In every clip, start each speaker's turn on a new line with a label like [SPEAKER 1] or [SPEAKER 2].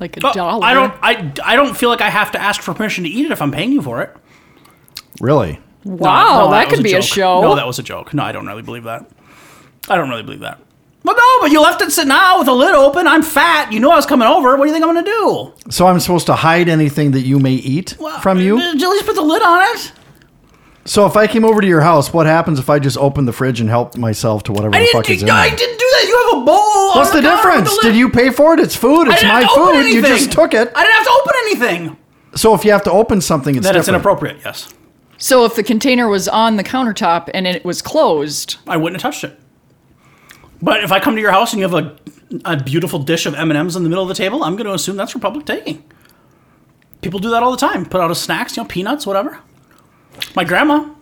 [SPEAKER 1] Like a
[SPEAKER 2] Oh,
[SPEAKER 1] dollar.
[SPEAKER 2] I don't. I, I don't feel like I have to ask for permission to eat it if I'm paying you for it.
[SPEAKER 3] Really?
[SPEAKER 2] No,
[SPEAKER 1] Wow,
[SPEAKER 2] no,
[SPEAKER 1] that,
[SPEAKER 2] was
[SPEAKER 1] could be a
[SPEAKER 2] joke.
[SPEAKER 1] show.
[SPEAKER 2] No, that was a joke. No, I don't really believe that. I don't really believe that. But no, but you left it sitting out with the lid open. I'm fat. You know I was coming over. What do you think I'm going to do?
[SPEAKER 3] So I'm supposed to hide anything that you may eat from you?
[SPEAKER 2] At least put the lid on it.
[SPEAKER 3] So if I came over to your house, what happens if I just open the fridge and help myself to whatever
[SPEAKER 2] I
[SPEAKER 3] the
[SPEAKER 2] didn't,
[SPEAKER 3] fuck is
[SPEAKER 2] do-
[SPEAKER 3] in
[SPEAKER 2] I
[SPEAKER 3] there?
[SPEAKER 2] didn't do that. You have a bowl.
[SPEAKER 3] What's
[SPEAKER 2] on
[SPEAKER 3] the
[SPEAKER 2] counter with
[SPEAKER 3] difference?
[SPEAKER 2] lid.
[SPEAKER 3] Did you pay for it? It's food.
[SPEAKER 2] I
[SPEAKER 3] It's
[SPEAKER 2] didn't
[SPEAKER 3] my
[SPEAKER 2] have to open
[SPEAKER 3] food. You
[SPEAKER 2] anything.
[SPEAKER 3] just took it.
[SPEAKER 2] I didn't have to open anything.
[SPEAKER 3] So if you have to open something, it's
[SPEAKER 2] Then it's
[SPEAKER 3] different.
[SPEAKER 2] inappropriate. Yes,
[SPEAKER 1] So if the container was on the countertop and it was closed,
[SPEAKER 2] I wouldn't have touched it. But if I come to your house and you have a, a beautiful dish of M and M's in the middle of the table, I'm going to assume that's for public taking. People do that all the time. Put out a snacks, you know, peanuts, whatever. My grandma,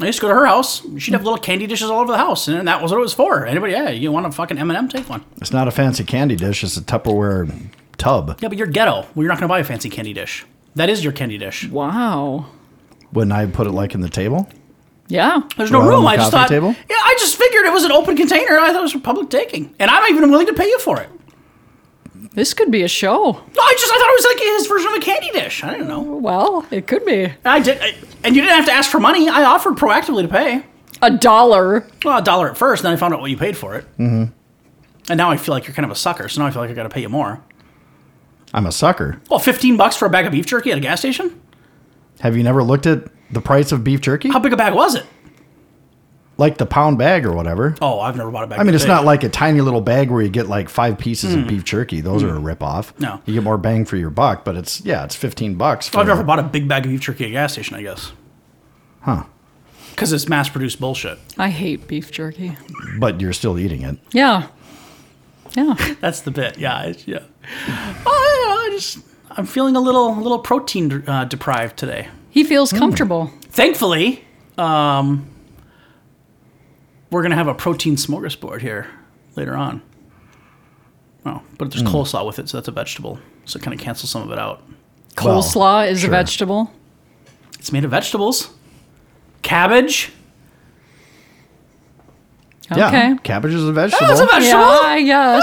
[SPEAKER 2] I used to go to her house. She'd have little candy dishes all over the house, and that was what it was for. Anybody, yeah, you want a fucking M and M, take one.
[SPEAKER 3] It's not a fancy candy dish. It's a Tupperware tub.
[SPEAKER 2] Yeah, but you're ghetto. Well, you're not going to buy a fancy candy dish. That is your candy dish.
[SPEAKER 1] wow.
[SPEAKER 3] Wouldn't I put it like in the table?
[SPEAKER 1] Yeah.
[SPEAKER 2] There's no
[SPEAKER 3] Right on
[SPEAKER 2] room.
[SPEAKER 3] the
[SPEAKER 2] I just
[SPEAKER 3] coffee
[SPEAKER 2] thought.
[SPEAKER 3] table?
[SPEAKER 2] Yeah, I just figured it was an open container. I thought it was for public taking, and I'm not even willing to pay you for it.
[SPEAKER 1] This could be a show.
[SPEAKER 2] No, I just I thought it was like his version of a candy dish. I don't know.
[SPEAKER 1] Well, it could be.
[SPEAKER 2] I did, I, and you didn't have to ask for money. I offered proactively to pay.
[SPEAKER 1] A dollar.
[SPEAKER 2] Well, a dollar at first, then I found out what you paid for it. Mm-hmm. And now I feel like you're kind of a sucker. So now I feel like I got to pay you more.
[SPEAKER 3] I'm a sucker.
[SPEAKER 2] Well, fifteen bucks for a bag of beef jerky at a gas station.
[SPEAKER 3] Have you never looked at the price of beef jerky?
[SPEAKER 2] How big a bag was it?
[SPEAKER 3] Like the pound bag or whatever.
[SPEAKER 2] Oh, I've never bought a bag.
[SPEAKER 3] I mean,
[SPEAKER 2] that
[SPEAKER 3] it's
[SPEAKER 2] big. Hmm.
[SPEAKER 3] not like a tiny little bag where you get like five pieces of beef jerky. Those are a ripoff.
[SPEAKER 2] No.
[SPEAKER 3] You get more bang for your buck, but it's, yeah, it's 15 bucks. For,
[SPEAKER 2] I've never bought a big bag of beef jerky at a gas station. I guess
[SPEAKER 3] Huh.
[SPEAKER 2] because it's mass-produced bullshit.
[SPEAKER 1] I hate beef jerky.
[SPEAKER 3] But you're still eating it.
[SPEAKER 1] Yeah. Yeah.
[SPEAKER 2] That's the bit. Yeah, it's, yeah. Oh, I, I just I'm feeling a little a little protein uh, deprived today.
[SPEAKER 1] He
[SPEAKER 3] Hmm.
[SPEAKER 1] feels comfortable.
[SPEAKER 2] Thankfully, um, we're gonna have a protein smorgasbord here later on. Oh, but there's coleslaw with it, so that's a vegetable. So it kind of cancels some of it out.
[SPEAKER 3] Well,
[SPEAKER 1] Coleslaw is
[SPEAKER 3] sure.
[SPEAKER 1] a vegetable.
[SPEAKER 2] It's made of vegetables, cabbage.
[SPEAKER 1] Okay.
[SPEAKER 3] Yeah. Cabbage is a vegetable.
[SPEAKER 2] That's a
[SPEAKER 1] Yeah,
[SPEAKER 2] vegetable. Ah.
[SPEAKER 1] I guess.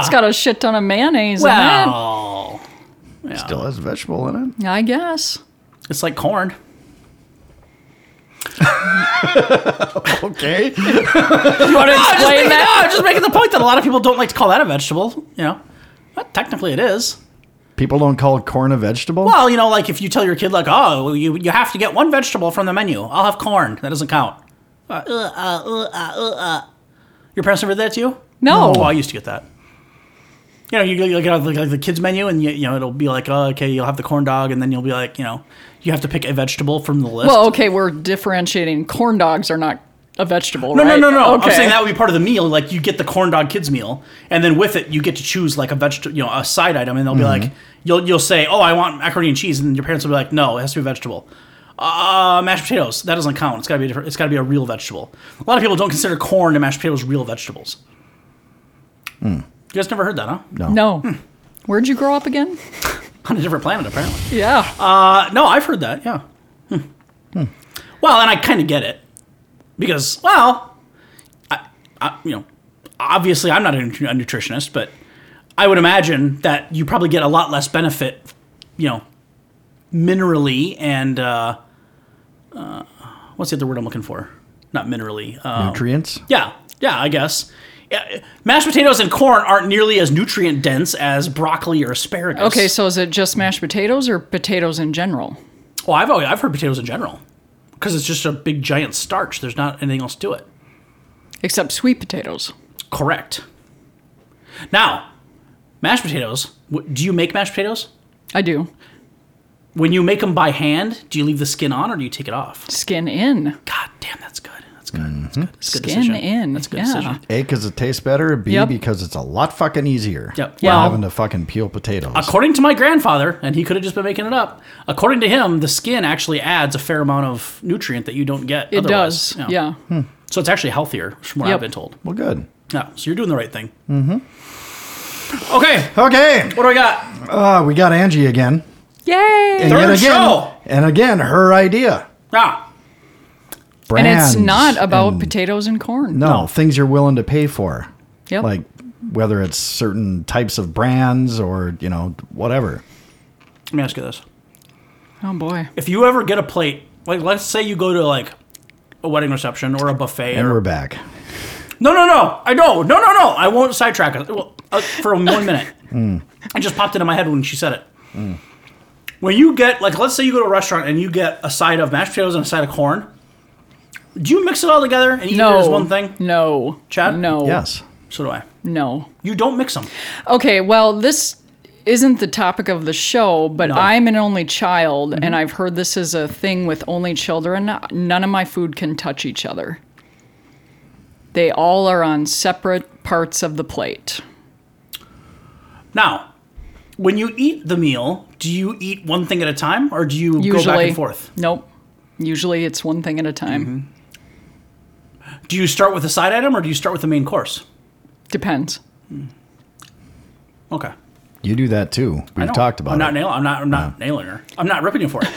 [SPEAKER 1] It's got a shit ton of mayonnaise in
[SPEAKER 2] Well,
[SPEAKER 3] Still has a vegetable in it.
[SPEAKER 1] it. I guess.
[SPEAKER 2] it's like corn.
[SPEAKER 3] Okay.
[SPEAKER 1] You want to explain
[SPEAKER 2] No,
[SPEAKER 1] that?
[SPEAKER 2] I'm just making the point that a lot of people don't like to call that a vegetable. You know, but technically it is.
[SPEAKER 3] People don't call corn a vegetable.
[SPEAKER 2] Well, you know, like if you tell your kid, like, oh, well, you you have to get one vegetable from the menu. I'll have corn. That doesn't count. Uh, uh, uh, uh, uh, uh. Your parents never did that to you?
[SPEAKER 1] No.
[SPEAKER 2] Oh, I used to get that. You know, you, you get like, like the kids menu, and you, you know it'll be like, oh, okay, you'll have the corn dog, and then you'll be like, you know, you have to pick a vegetable from the list.
[SPEAKER 1] Well, okay, we're differentiating. Corn dogs are not a vegetable,
[SPEAKER 2] no,
[SPEAKER 1] right?
[SPEAKER 2] no, no, no.
[SPEAKER 1] Okay.
[SPEAKER 2] I'm saying that would be part of the meal. Like you get the corn dog kids meal, and then with it, you get to choose like a vegetable, you know, a side item, and they'll be
[SPEAKER 1] Mm-hmm.
[SPEAKER 2] like, you'll you'll say, oh, I want macaroni and cheese, and your parents will be like, no, it has to be a vegetable. Uh, mashed potatoes. That doesn't count. It's gotta be a different. It's gotta be a real vegetable. A lot of people don't consider corn and mashed potatoes real vegetables. You guys never heard that, huh?
[SPEAKER 1] Hmm. No.
[SPEAKER 2] Hmm.
[SPEAKER 1] Where'd you grow up again?
[SPEAKER 2] On a different planet, apparently.
[SPEAKER 1] Yeah.
[SPEAKER 2] Uh, no, I've heard that. Yeah. Hmm. Well, and I kind of get it because, well, I, I, you know, obviously I'm not a nut- a nutritionist, but I would imagine that you probably get a lot less benefit, you know, minerally and uh, uh, what's the other word I'm looking for? Not minerally. Uh,
[SPEAKER 3] Nutrients.
[SPEAKER 2] yeah, yeah, I guess. Yeah, mashed potatoes and corn aren't nearly as nutrient dense as broccoli or asparagus.
[SPEAKER 1] Okay, so is it just mashed potatoes or potatoes in general?
[SPEAKER 2] Well, I've always, I've heard potatoes in general because it's just a big giant starch. There's not anything else to it.
[SPEAKER 1] Except sweet potatoes.
[SPEAKER 2] Correct. Now, mashed potatoes. W- do you make mashed potatoes?
[SPEAKER 1] I do.
[SPEAKER 2] When you make them by hand, do you leave the skin on or do you take it off?
[SPEAKER 1] Skin in.
[SPEAKER 2] God damn, that's good. That's That's good. That's good. That's a good
[SPEAKER 1] Skin
[SPEAKER 2] decision.
[SPEAKER 1] in,
[SPEAKER 2] That's a good
[SPEAKER 1] yeah.
[SPEAKER 2] decision.
[SPEAKER 3] A because it tastes better. B
[SPEAKER 1] Yep.
[SPEAKER 3] because it's a lot fucking easier.
[SPEAKER 2] Yep.
[SPEAKER 3] than
[SPEAKER 2] Well-
[SPEAKER 3] having to fucking peel potatoes.
[SPEAKER 2] According to my grandfather, and he could have just been making it up. According to him, the skin actually adds a fair amount of nutrient that you don't get.
[SPEAKER 1] It
[SPEAKER 2] otherwise.
[SPEAKER 1] does. Yeah.
[SPEAKER 2] So it's actually healthier, from what I've
[SPEAKER 1] Yep.
[SPEAKER 2] been told.
[SPEAKER 3] well, good.
[SPEAKER 2] Yeah. So you're doing the right thing. Mm-hmm. Okay.
[SPEAKER 3] Okay,
[SPEAKER 2] What do I got?
[SPEAKER 3] uh, we got Angie again,
[SPEAKER 1] Yay.
[SPEAKER 3] and
[SPEAKER 2] Third
[SPEAKER 3] yet again,
[SPEAKER 2] show.
[SPEAKER 3] and again her idea.
[SPEAKER 2] Ah.
[SPEAKER 1] and
[SPEAKER 3] Brands
[SPEAKER 1] it's not about
[SPEAKER 3] and-
[SPEAKER 1] potatoes and corn.
[SPEAKER 3] No, things you're willing to pay for,
[SPEAKER 1] Yep.
[SPEAKER 3] like whether it's certain types of brands or you know whatever.
[SPEAKER 2] Let me ask you this.
[SPEAKER 1] oh boy.
[SPEAKER 2] if you ever get a plate, like let's say you go to like a wedding reception or a buffet,
[SPEAKER 3] And
[SPEAKER 2] or
[SPEAKER 3] we're back.
[SPEAKER 2] no, no, no, I don't, no, no, no, I won't sidetrack us well, uh, for one minute. It just popped into my head when she said it. When you get like, let's say you go to a restaurant and you get a side of mashed potatoes and a side of corn, do you mix it all together and eat
[SPEAKER 1] No.
[SPEAKER 2] it as one thing?
[SPEAKER 1] No.
[SPEAKER 2] Chad?
[SPEAKER 1] No.
[SPEAKER 3] Yes.
[SPEAKER 2] So do I.
[SPEAKER 1] No.
[SPEAKER 2] You don't mix them.
[SPEAKER 1] Okay, well, this isn't the topic of the show, but
[SPEAKER 2] No. Mm-hmm.
[SPEAKER 1] I'm an only child, and I've heard this is a thing with only children. None of my food can touch each other, they all are on separate parts of the plate.
[SPEAKER 2] Now, when you eat the meal, do you eat one thing at a time or do you go
[SPEAKER 1] Usually,
[SPEAKER 2] back and forth? Mm-hmm.
[SPEAKER 1] Nope. Usually, it's one thing at a time.
[SPEAKER 2] Do you start with a side item or do you start with the main course?
[SPEAKER 1] Depends.
[SPEAKER 2] Okay.
[SPEAKER 3] You do that too.
[SPEAKER 2] I
[SPEAKER 3] We've
[SPEAKER 2] know.
[SPEAKER 3] talked about
[SPEAKER 2] I'm not
[SPEAKER 3] it.
[SPEAKER 2] nail. I'm not. I'm not nailing her. I'm not ripping you for it.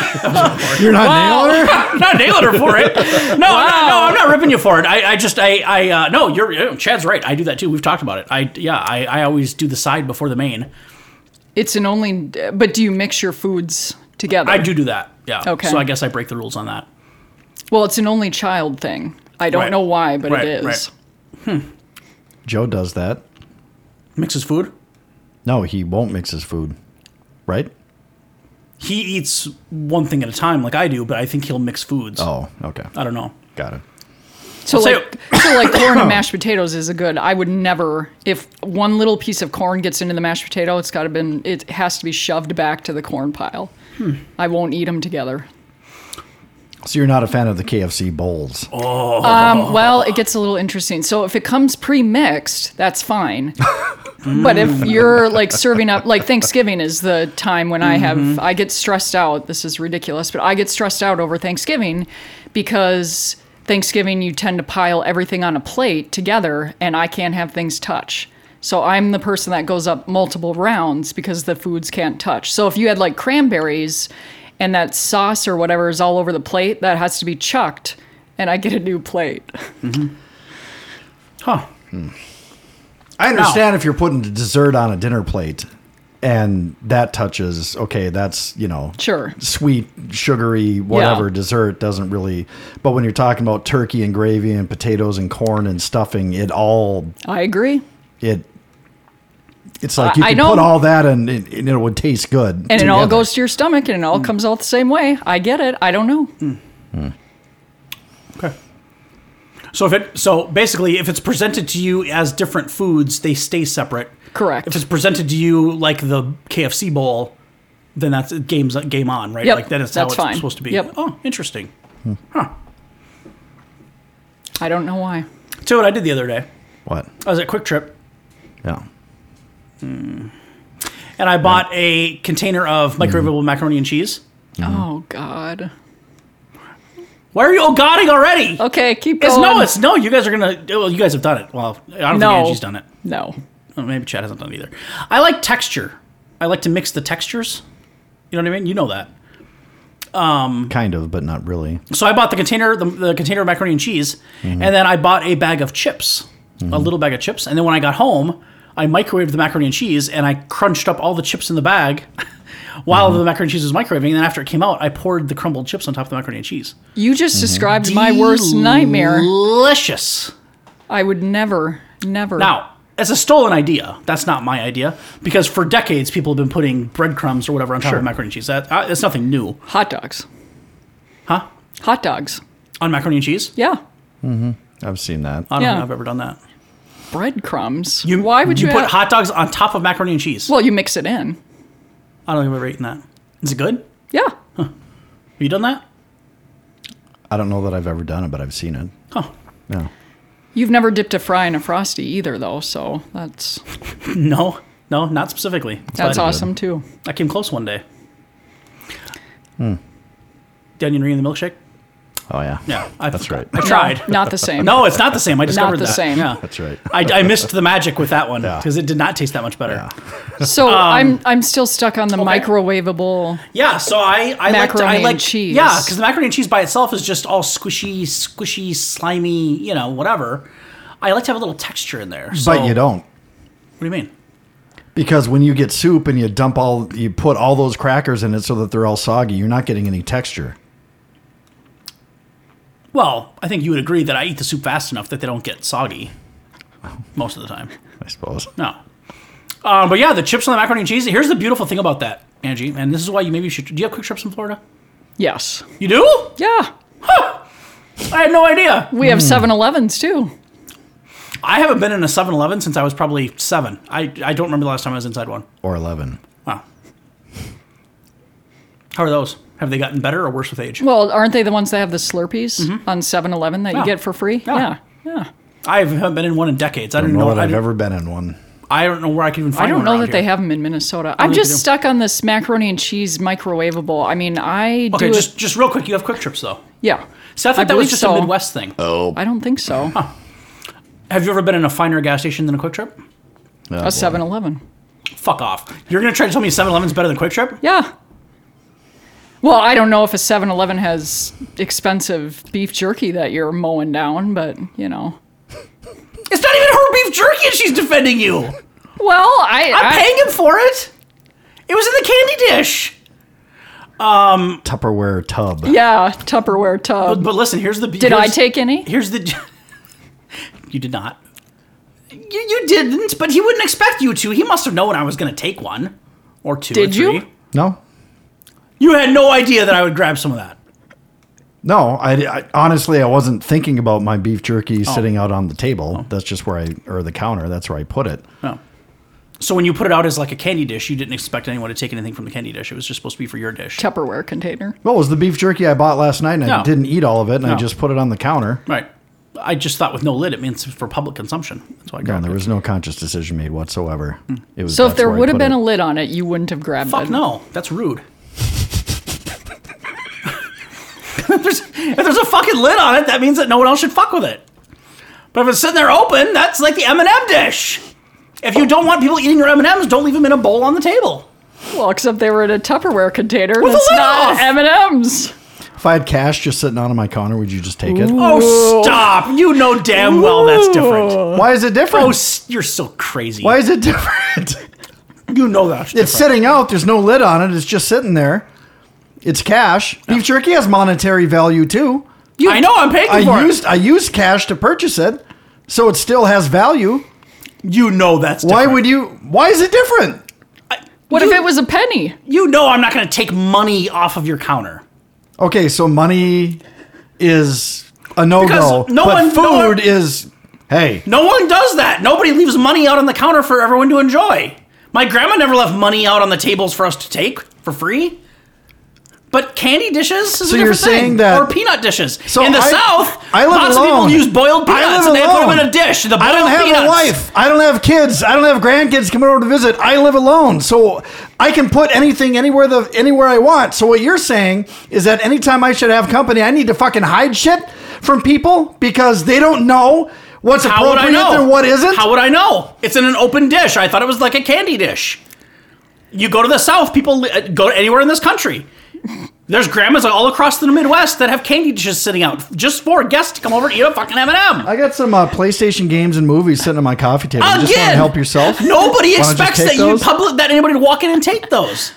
[SPEAKER 3] You're not nailing her?
[SPEAKER 2] I'm not nailing her for it. No, I'm not, no, I'm not ripping you for it. I, I just, I, I, uh, no, you're. you know, Chad's right. I do that too. We've talked about it. I, yeah, I, I always do the side before the main.
[SPEAKER 1] It's an only, but do you mix your foods together?
[SPEAKER 2] I do do that. Yeah.
[SPEAKER 1] Okay.
[SPEAKER 2] So I guess I break the rules on that.
[SPEAKER 1] Well, it's an only child thing. I don't
[SPEAKER 2] Right.
[SPEAKER 1] know why, but
[SPEAKER 2] Right,
[SPEAKER 1] it is.
[SPEAKER 2] right.
[SPEAKER 3] Joe does that.
[SPEAKER 2] Mixes food.
[SPEAKER 3] No, he won't mix his food. Right?
[SPEAKER 2] He eats one thing at a time, like I do, but I think he'll mix foods.
[SPEAKER 3] Oh, okay.
[SPEAKER 2] I don't know.
[SPEAKER 3] Got it.
[SPEAKER 1] So
[SPEAKER 2] I'll tell
[SPEAKER 1] like, so like corn and mashed potatoes is a good. I would never if one little piece of corn gets into the mashed potato, it's got to been it has to be shoved back to the corn pile. I won't eat them together.
[SPEAKER 3] So you're not a fan of the KFC bowls.
[SPEAKER 1] Um, well, it gets a little interesting. So if it comes pre-mixed, that's fine. but if you're like serving up like Thanksgiving is the time when I have I get stressed out. This is ridiculous, but I get stressed out over Thanksgiving because Thanksgiving you tend to pile everything on a plate together and I can't have things touch. So I'm the person that goes up multiple rounds because the foods can't touch. So if you had like cranberries and that sauce or whatever is all over the plate, that has to be chucked and I get a new plate.
[SPEAKER 2] Huh.
[SPEAKER 3] I understand if you're putting dessert on a dinner plate and that touches, okay, that's, you know,
[SPEAKER 1] Sure.
[SPEAKER 3] sweet, sugary, whatever dessert doesn't really. But when you're talking about turkey and gravy and potatoes and corn and stuffing, it all,
[SPEAKER 1] I agree.
[SPEAKER 3] it, it's like you
[SPEAKER 1] I- I
[SPEAKER 3] can
[SPEAKER 1] know-
[SPEAKER 3] put all that and it, and it would taste good.
[SPEAKER 1] And it all
[SPEAKER 3] together.
[SPEAKER 1] goes to your stomach and it
[SPEAKER 2] Mm.
[SPEAKER 1] all comes out the same way. I get it. I don't know.
[SPEAKER 2] Okay. So if it, so basically, if it's presented to you as different foods, they stay separate.
[SPEAKER 1] Correct.
[SPEAKER 2] if it's presented to you like the KFC bowl, then that's game's game on, right?
[SPEAKER 1] Yep,
[SPEAKER 2] like then it's how
[SPEAKER 1] that's
[SPEAKER 2] it's
[SPEAKER 1] fine.
[SPEAKER 2] supposed to be.
[SPEAKER 1] Yep.
[SPEAKER 2] Oh, interesting.
[SPEAKER 1] I don't know why.
[SPEAKER 2] So what I did the other day,
[SPEAKER 3] What?
[SPEAKER 2] I was at Quick Trip
[SPEAKER 3] Yeah.
[SPEAKER 2] and I bought a container of
[SPEAKER 1] Mm-hmm.
[SPEAKER 2] microwavable macaroni and cheese.
[SPEAKER 1] Oh God.
[SPEAKER 2] Why are you oh godding already?
[SPEAKER 1] Okay, keep
[SPEAKER 2] It's
[SPEAKER 1] going.
[SPEAKER 2] no, it's no. You guys are gonna. Well, you guys have done it. Well, I don't
[SPEAKER 1] No.
[SPEAKER 2] think Angie's done it.
[SPEAKER 1] no.
[SPEAKER 2] Well, maybe Chad hasn't done it either. I like texture. I like to mix the textures. You know what I mean? You know that.
[SPEAKER 3] Kind of, but not really.
[SPEAKER 2] So I bought the container, the, the container of macaroni and cheese, and then I bought a bag of chips, a little bag of chips. And then when I got home, I microwaved the macaroni and cheese and I crunched up all the chips in the bag while the macaroni and cheese was microwaving. And then after it came out, I poured the crumbled chips on top of the macaroni and cheese.
[SPEAKER 1] You just described my worst nightmare.
[SPEAKER 2] Delicious.
[SPEAKER 1] I would never, never.
[SPEAKER 2] Now, it's a stolen idea. That's not my idea because for decades people have been putting breadcrumbs or whatever on top of macaroni and cheese. That uh, it's nothing new,
[SPEAKER 1] Hot dogs.
[SPEAKER 2] huh?
[SPEAKER 1] Hot dogs.
[SPEAKER 2] On macaroni and cheese?
[SPEAKER 1] Yeah.
[SPEAKER 3] I've seen that.
[SPEAKER 2] I don't know
[SPEAKER 1] Yeah.
[SPEAKER 2] if I've ever done that.
[SPEAKER 1] Breadcrumbs. why would you,
[SPEAKER 2] put
[SPEAKER 1] add-
[SPEAKER 2] hot dogs on top of macaroni and cheese?
[SPEAKER 1] Well, you mix it in.
[SPEAKER 2] I don't think I've ever eaten that. Is it good? Have
[SPEAKER 1] Yeah.
[SPEAKER 2] you done that?
[SPEAKER 3] I don't know that I've ever done it, but I've seen it.
[SPEAKER 2] Oh,
[SPEAKER 3] Yeah.
[SPEAKER 1] You've never dipped a fry in a frosty either, though, so that's
[SPEAKER 2] no, no, not specifically.
[SPEAKER 1] that's
[SPEAKER 2] But
[SPEAKER 1] awesome too.
[SPEAKER 2] I came close one day.
[SPEAKER 3] Hmm.
[SPEAKER 2] The onion ring and the milkshake.
[SPEAKER 3] Oh yeah.
[SPEAKER 2] Yeah, I,
[SPEAKER 3] That's right.
[SPEAKER 2] I tried.
[SPEAKER 1] Not the same.
[SPEAKER 2] No, it's not the same. I discovered
[SPEAKER 1] the
[SPEAKER 2] that.
[SPEAKER 1] same.
[SPEAKER 2] Yeah,
[SPEAKER 3] That's right.
[SPEAKER 2] I, I missed the magic with that one
[SPEAKER 3] Yeah.
[SPEAKER 2] because it did not taste that much better. Yeah. Um,
[SPEAKER 1] So I'm I'm still stuck on the microwavable.
[SPEAKER 2] so I I
[SPEAKER 1] Macaroni
[SPEAKER 2] like to, I
[SPEAKER 1] and
[SPEAKER 2] like
[SPEAKER 1] cheese.
[SPEAKER 2] Yeah, because the macaroni and cheese by itself is just all squishy, squishy, slimy. You know, whatever. I like to have a little texture in there. So,
[SPEAKER 3] But you don't.
[SPEAKER 2] What do you mean?
[SPEAKER 3] Because when you get soup and you dump all, you put all those crackers in it so that they're all soggy, you're not getting any texture.
[SPEAKER 2] Well, I think you would agree that I eat the soup fast enough that they don't get soggy most of the time.
[SPEAKER 3] I suppose.
[SPEAKER 2] No. Um, but yeah, the chips on the macaroni and cheese. Here's the beautiful thing about that, Angie, and this is why you maybe should. Do you have quick trips in Florida?
[SPEAKER 1] Yes.
[SPEAKER 2] You do?
[SPEAKER 1] Yeah.
[SPEAKER 2] I had no idea.
[SPEAKER 1] We have 7-Elevens too.
[SPEAKER 2] I haven't been in a 7-Eleven since I was probably seven. I, I don't remember the last time I was inside one.
[SPEAKER 3] Or eleven.
[SPEAKER 2] Wow. How are those? Have they gotten better or worse with age?
[SPEAKER 1] Well, aren't they the ones that have the Slurpees on 7-Eleven that
[SPEAKER 2] Yeah.
[SPEAKER 1] you get for free?
[SPEAKER 2] Mm-hmm. Oh. Yeah.
[SPEAKER 1] Yeah. Yeah.
[SPEAKER 2] I haven't been in one in decades. I
[SPEAKER 3] I
[SPEAKER 2] don't,
[SPEAKER 3] don't know
[SPEAKER 2] know.
[SPEAKER 3] that
[SPEAKER 2] I
[SPEAKER 3] I've
[SPEAKER 2] don't,
[SPEAKER 3] ever been in one.
[SPEAKER 2] I don't know where I can even find.
[SPEAKER 1] I don't
[SPEAKER 2] one
[SPEAKER 1] know
[SPEAKER 2] around
[SPEAKER 1] that they
[SPEAKER 2] here.
[SPEAKER 1] have them in Minnesota. I'm
[SPEAKER 2] think
[SPEAKER 1] just
[SPEAKER 2] they do.
[SPEAKER 1] stuck on this macaroni and cheese microwavable. I mean, I
[SPEAKER 2] Okay,
[SPEAKER 1] do
[SPEAKER 2] just
[SPEAKER 1] it.
[SPEAKER 2] just real quick, you have quick trips though.
[SPEAKER 1] Yeah.
[SPEAKER 2] See, I thought
[SPEAKER 1] I
[SPEAKER 2] that was
[SPEAKER 1] believe
[SPEAKER 2] just a
[SPEAKER 1] so.
[SPEAKER 2] Midwest thing.
[SPEAKER 3] Oh.
[SPEAKER 1] I don't think so.
[SPEAKER 2] Have you ever been in a finer gas station than a Quick Trip?
[SPEAKER 1] a
[SPEAKER 3] Uh,
[SPEAKER 1] 7-Eleven.
[SPEAKER 2] Fuck off. You're gonna try to tell me 7-Eleven's better than Quick Trip?
[SPEAKER 1] Yeah. Well, I don't know if a 7-Eleven has expensive beef jerky that you're mowing down, but you know.
[SPEAKER 2] It's not even her beef jerky, and she's defending you.
[SPEAKER 1] Well, I,
[SPEAKER 2] I'm
[SPEAKER 1] I-
[SPEAKER 2] paying him for it. It was in the candy dish.
[SPEAKER 3] Tupperware tub.
[SPEAKER 1] yeah Tupperware tub.
[SPEAKER 2] But listen, here's the.
[SPEAKER 1] Did I take any?
[SPEAKER 2] Here's the. you did not. You, you didn't, but he wouldn't expect you to. He must have known I was going to take one or two.
[SPEAKER 1] Did
[SPEAKER 2] or
[SPEAKER 1] you?
[SPEAKER 2] three.
[SPEAKER 3] No.
[SPEAKER 2] You had no idea that I would grab some of that.
[SPEAKER 3] No, I, I- honestly I wasn't thinking about my beef
[SPEAKER 2] Oh.
[SPEAKER 3] jerky sitting out on the table. That's just where I or the counter. That's where I put it.
[SPEAKER 2] So when you put it out as like a candy dish, you didn't expect anyone to take anything from the candy dish. It was just supposed to be for your dish.
[SPEAKER 1] Tupperware container.
[SPEAKER 3] Well, it was the beef jerky I bought last night, and
[SPEAKER 2] No.
[SPEAKER 3] I didn't eat all of it, and I
[SPEAKER 2] No.
[SPEAKER 3] just put it on the counter.
[SPEAKER 2] right. I just thought with no lid, it means for public consumption. That's why I
[SPEAKER 3] Yeah,
[SPEAKER 2] grabbed
[SPEAKER 3] and there
[SPEAKER 2] it.
[SPEAKER 3] was no conscious decision made whatsoever.
[SPEAKER 2] Mm.
[SPEAKER 3] It was
[SPEAKER 1] So if
[SPEAKER 3] that's
[SPEAKER 1] there
[SPEAKER 3] where I
[SPEAKER 1] would have
[SPEAKER 3] put
[SPEAKER 1] been
[SPEAKER 3] it.
[SPEAKER 1] a lid on it, you wouldn't have grabbed
[SPEAKER 2] Fuck
[SPEAKER 1] it.
[SPEAKER 2] no, that's rude. if, there's, if there's a fucking lid on it, that means that no one else should fuck with it. But if it's sitting there open, that's like the M&M dish. If you don't want people eating your M&Ms, don't leave them in a bowl on the table.
[SPEAKER 1] Well, except they were in a Tupperware container.
[SPEAKER 2] With a
[SPEAKER 1] That's
[SPEAKER 2] lid
[SPEAKER 1] not
[SPEAKER 2] off!
[SPEAKER 1] M&M's.
[SPEAKER 3] If I had cash just sitting out on my counter, would you just take it?
[SPEAKER 2] Oh, stop. You know damn well that's different.
[SPEAKER 3] Why is it different?
[SPEAKER 2] Oh, s- you're so crazy.
[SPEAKER 3] Why is it different?
[SPEAKER 2] You know that's
[SPEAKER 3] it's
[SPEAKER 2] different.
[SPEAKER 3] sitting out. There's no lid on it. It's just sitting there. It's cash. Beef jerky has monetary value too.
[SPEAKER 2] I know, I'm paying for
[SPEAKER 3] I
[SPEAKER 2] it.
[SPEAKER 3] used I used cash to purchase it, so it still has value.
[SPEAKER 2] you know that's
[SPEAKER 3] Why
[SPEAKER 2] different.
[SPEAKER 3] would you? Why is it different?
[SPEAKER 1] What if it was a penny?
[SPEAKER 2] You know I'm not going to take money off of your counter.
[SPEAKER 3] Okay, so money is a no go,
[SPEAKER 2] Because no
[SPEAKER 3] but
[SPEAKER 2] one-
[SPEAKER 3] food
[SPEAKER 2] no one-
[SPEAKER 3] is. Hey,
[SPEAKER 2] No one does that. Nobody leaves money out on the counter for everyone to enjoy. My grandma never left money out on the tables for us to take for free. But candy dishes is
[SPEAKER 3] So
[SPEAKER 2] a
[SPEAKER 3] you're
[SPEAKER 2] different thing.
[SPEAKER 3] saying that-
[SPEAKER 2] or peanut dishes.
[SPEAKER 3] So
[SPEAKER 2] in the
[SPEAKER 3] I-
[SPEAKER 2] South,
[SPEAKER 3] I live
[SPEAKER 2] lots
[SPEAKER 3] alone.
[SPEAKER 2] of people use boiled
[SPEAKER 3] I live
[SPEAKER 2] peanuts and they put them in
[SPEAKER 3] alone.
[SPEAKER 2] a dish. The
[SPEAKER 3] I don't
[SPEAKER 2] boiled
[SPEAKER 3] have a
[SPEAKER 2] peanuts.
[SPEAKER 3] wife. I don't have kids. I don't have grandkids coming over to visit. I live alone, so I can put anything anywhere the anywhere I want. So what you're saying is that anytime I should have company, I need to fucking hide shit from people because they don't know what's
[SPEAKER 2] How would I
[SPEAKER 3] appropriate
[SPEAKER 2] know?
[SPEAKER 3] and what isn't.
[SPEAKER 2] How would I know? It's in an open dish. I thought it was like a candy dish. You go to the South, people li- uh, go anywhere in this country. There's grandmas all across the Midwest that have candy dishes sitting out just for guests to come over and eat a fucking M&M.
[SPEAKER 3] I got some uh, PlayStation games and movies sitting on my coffee table. You just want
[SPEAKER 2] Again!
[SPEAKER 3] to help yourself.
[SPEAKER 2] Nobody
[SPEAKER 3] Why don't you
[SPEAKER 2] expects
[SPEAKER 3] take
[SPEAKER 2] that you
[SPEAKER 3] those?
[SPEAKER 2] public that anybody would walk in and take those.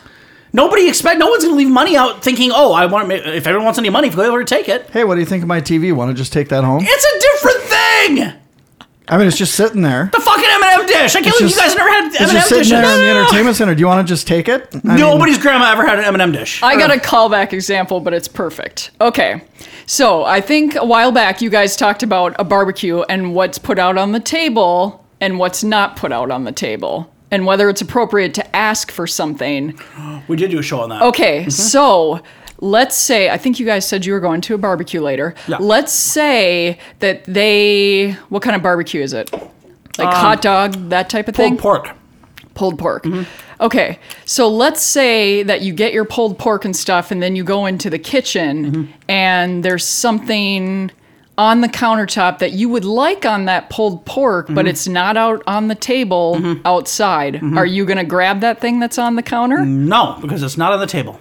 [SPEAKER 2] Nobody expect. No one's going to leave money out thinking, "Oh, I want. to If everyone wants any money, go over and take it."
[SPEAKER 3] Hey, what do you think of my TV? Want to just take that home?
[SPEAKER 2] It's a different thing.
[SPEAKER 3] I mean, it's just sitting there.
[SPEAKER 2] The fucking M and m dish. I can't believe
[SPEAKER 3] just-
[SPEAKER 2] you guys never had M
[SPEAKER 3] It's
[SPEAKER 2] and m
[SPEAKER 3] just sitting
[SPEAKER 2] dishes.
[SPEAKER 3] there in the
[SPEAKER 2] No, no, no.
[SPEAKER 3] entertainment center. Do you want to just take it? I mean,
[SPEAKER 2] Nobody's grandma ever had an M and m dish.
[SPEAKER 1] I got a callback example, but it's perfect. Okay. So I think a while back you guys talked about a barbecue and what's put out on the table and what's not put out on the table and whether it's appropriate to ask for something.
[SPEAKER 2] Mm-hmm. we did do a show on that.
[SPEAKER 1] Okay. So let's say, I think you guys said you were going to a barbecue later.
[SPEAKER 2] Yeah.
[SPEAKER 1] Let's say that they, what kind of barbecue is it? Like hot dog, that type of
[SPEAKER 2] Um, Pulled
[SPEAKER 1] thing?
[SPEAKER 2] pork. Mm-hmm.
[SPEAKER 1] pulled pork. Okay, so let's say that you get your pulled pork and stuff, and then you go into the kitchen
[SPEAKER 2] Mm-hmm.
[SPEAKER 1] and there's something on the countertop that you would like on that pulled pork,
[SPEAKER 2] Mm-hmm.
[SPEAKER 1] but it's not out on the table outside. Are you going to grab that thing that's on the counter?
[SPEAKER 2] No, because it's not on the table.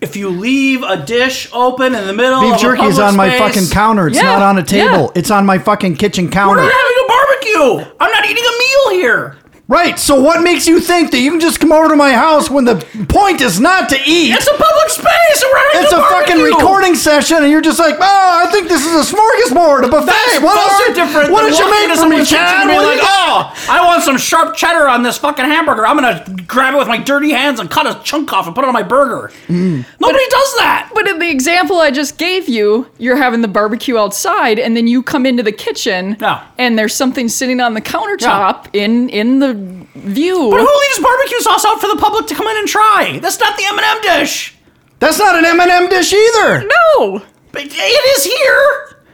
[SPEAKER 2] If you leave a dish open in the middle,
[SPEAKER 3] Beef
[SPEAKER 2] of
[SPEAKER 3] jerky
[SPEAKER 2] a
[SPEAKER 3] is
[SPEAKER 2] public
[SPEAKER 3] on my
[SPEAKER 2] space-
[SPEAKER 3] fucking counter. It's
[SPEAKER 1] Yeah,
[SPEAKER 3] not on a table.
[SPEAKER 1] yeah.
[SPEAKER 3] It's on my fucking kitchen
[SPEAKER 2] We're
[SPEAKER 3] counter.
[SPEAKER 2] having a barbecue. I'm not eating a meal here.
[SPEAKER 3] Right. So what makes you think that you can just come over to my house when the point is not to eat?
[SPEAKER 2] It's a public space. and We're having
[SPEAKER 3] It's a fucking
[SPEAKER 2] barbecue.
[SPEAKER 3] recording session, and you're just like, oh, I think this is a smorgasbord, a buffet.
[SPEAKER 2] That's
[SPEAKER 3] what
[SPEAKER 2] far
[SPEAKER 3] else?
[SPEAKER 2] different.
[SPEAKER 3] What
[SPEAKER 2] than
[SPEAKER 3] did you
[SPEAKER 2] walking to
[SPEAKER 3] make for me,
[SPEAKER 2] someone's kitchen
[SPEAKER 3] Chad?
[SPEAKER 2] and being
[SPEAKER 3] What
[SPEAKER 2] like,
[SPEAKER 3] did you-
[SPEAKER 2] oh, I want some sharp cheddar on this fucking hamburger. I'm gonna grab it with my dirty hands and cut a chunk off and put it on my burger. Nobody does that.
[SPEAKER 1] But in the example I just gave you, you're having the barbecue outside, and then you come into the kitchen,
[SPEAKER 2] Yeah.
[SPEAKER 1] and there's something sitting on the countertop in in the view.
[SPEAKER 2] But who leaves barbecue sauce out for the public to come in and try? That's not the M&M dish.
[SPEAKER 3] That's not an M&M dish either.
[SPEAKER 1] no.
[SPEAKER 2] But it is here.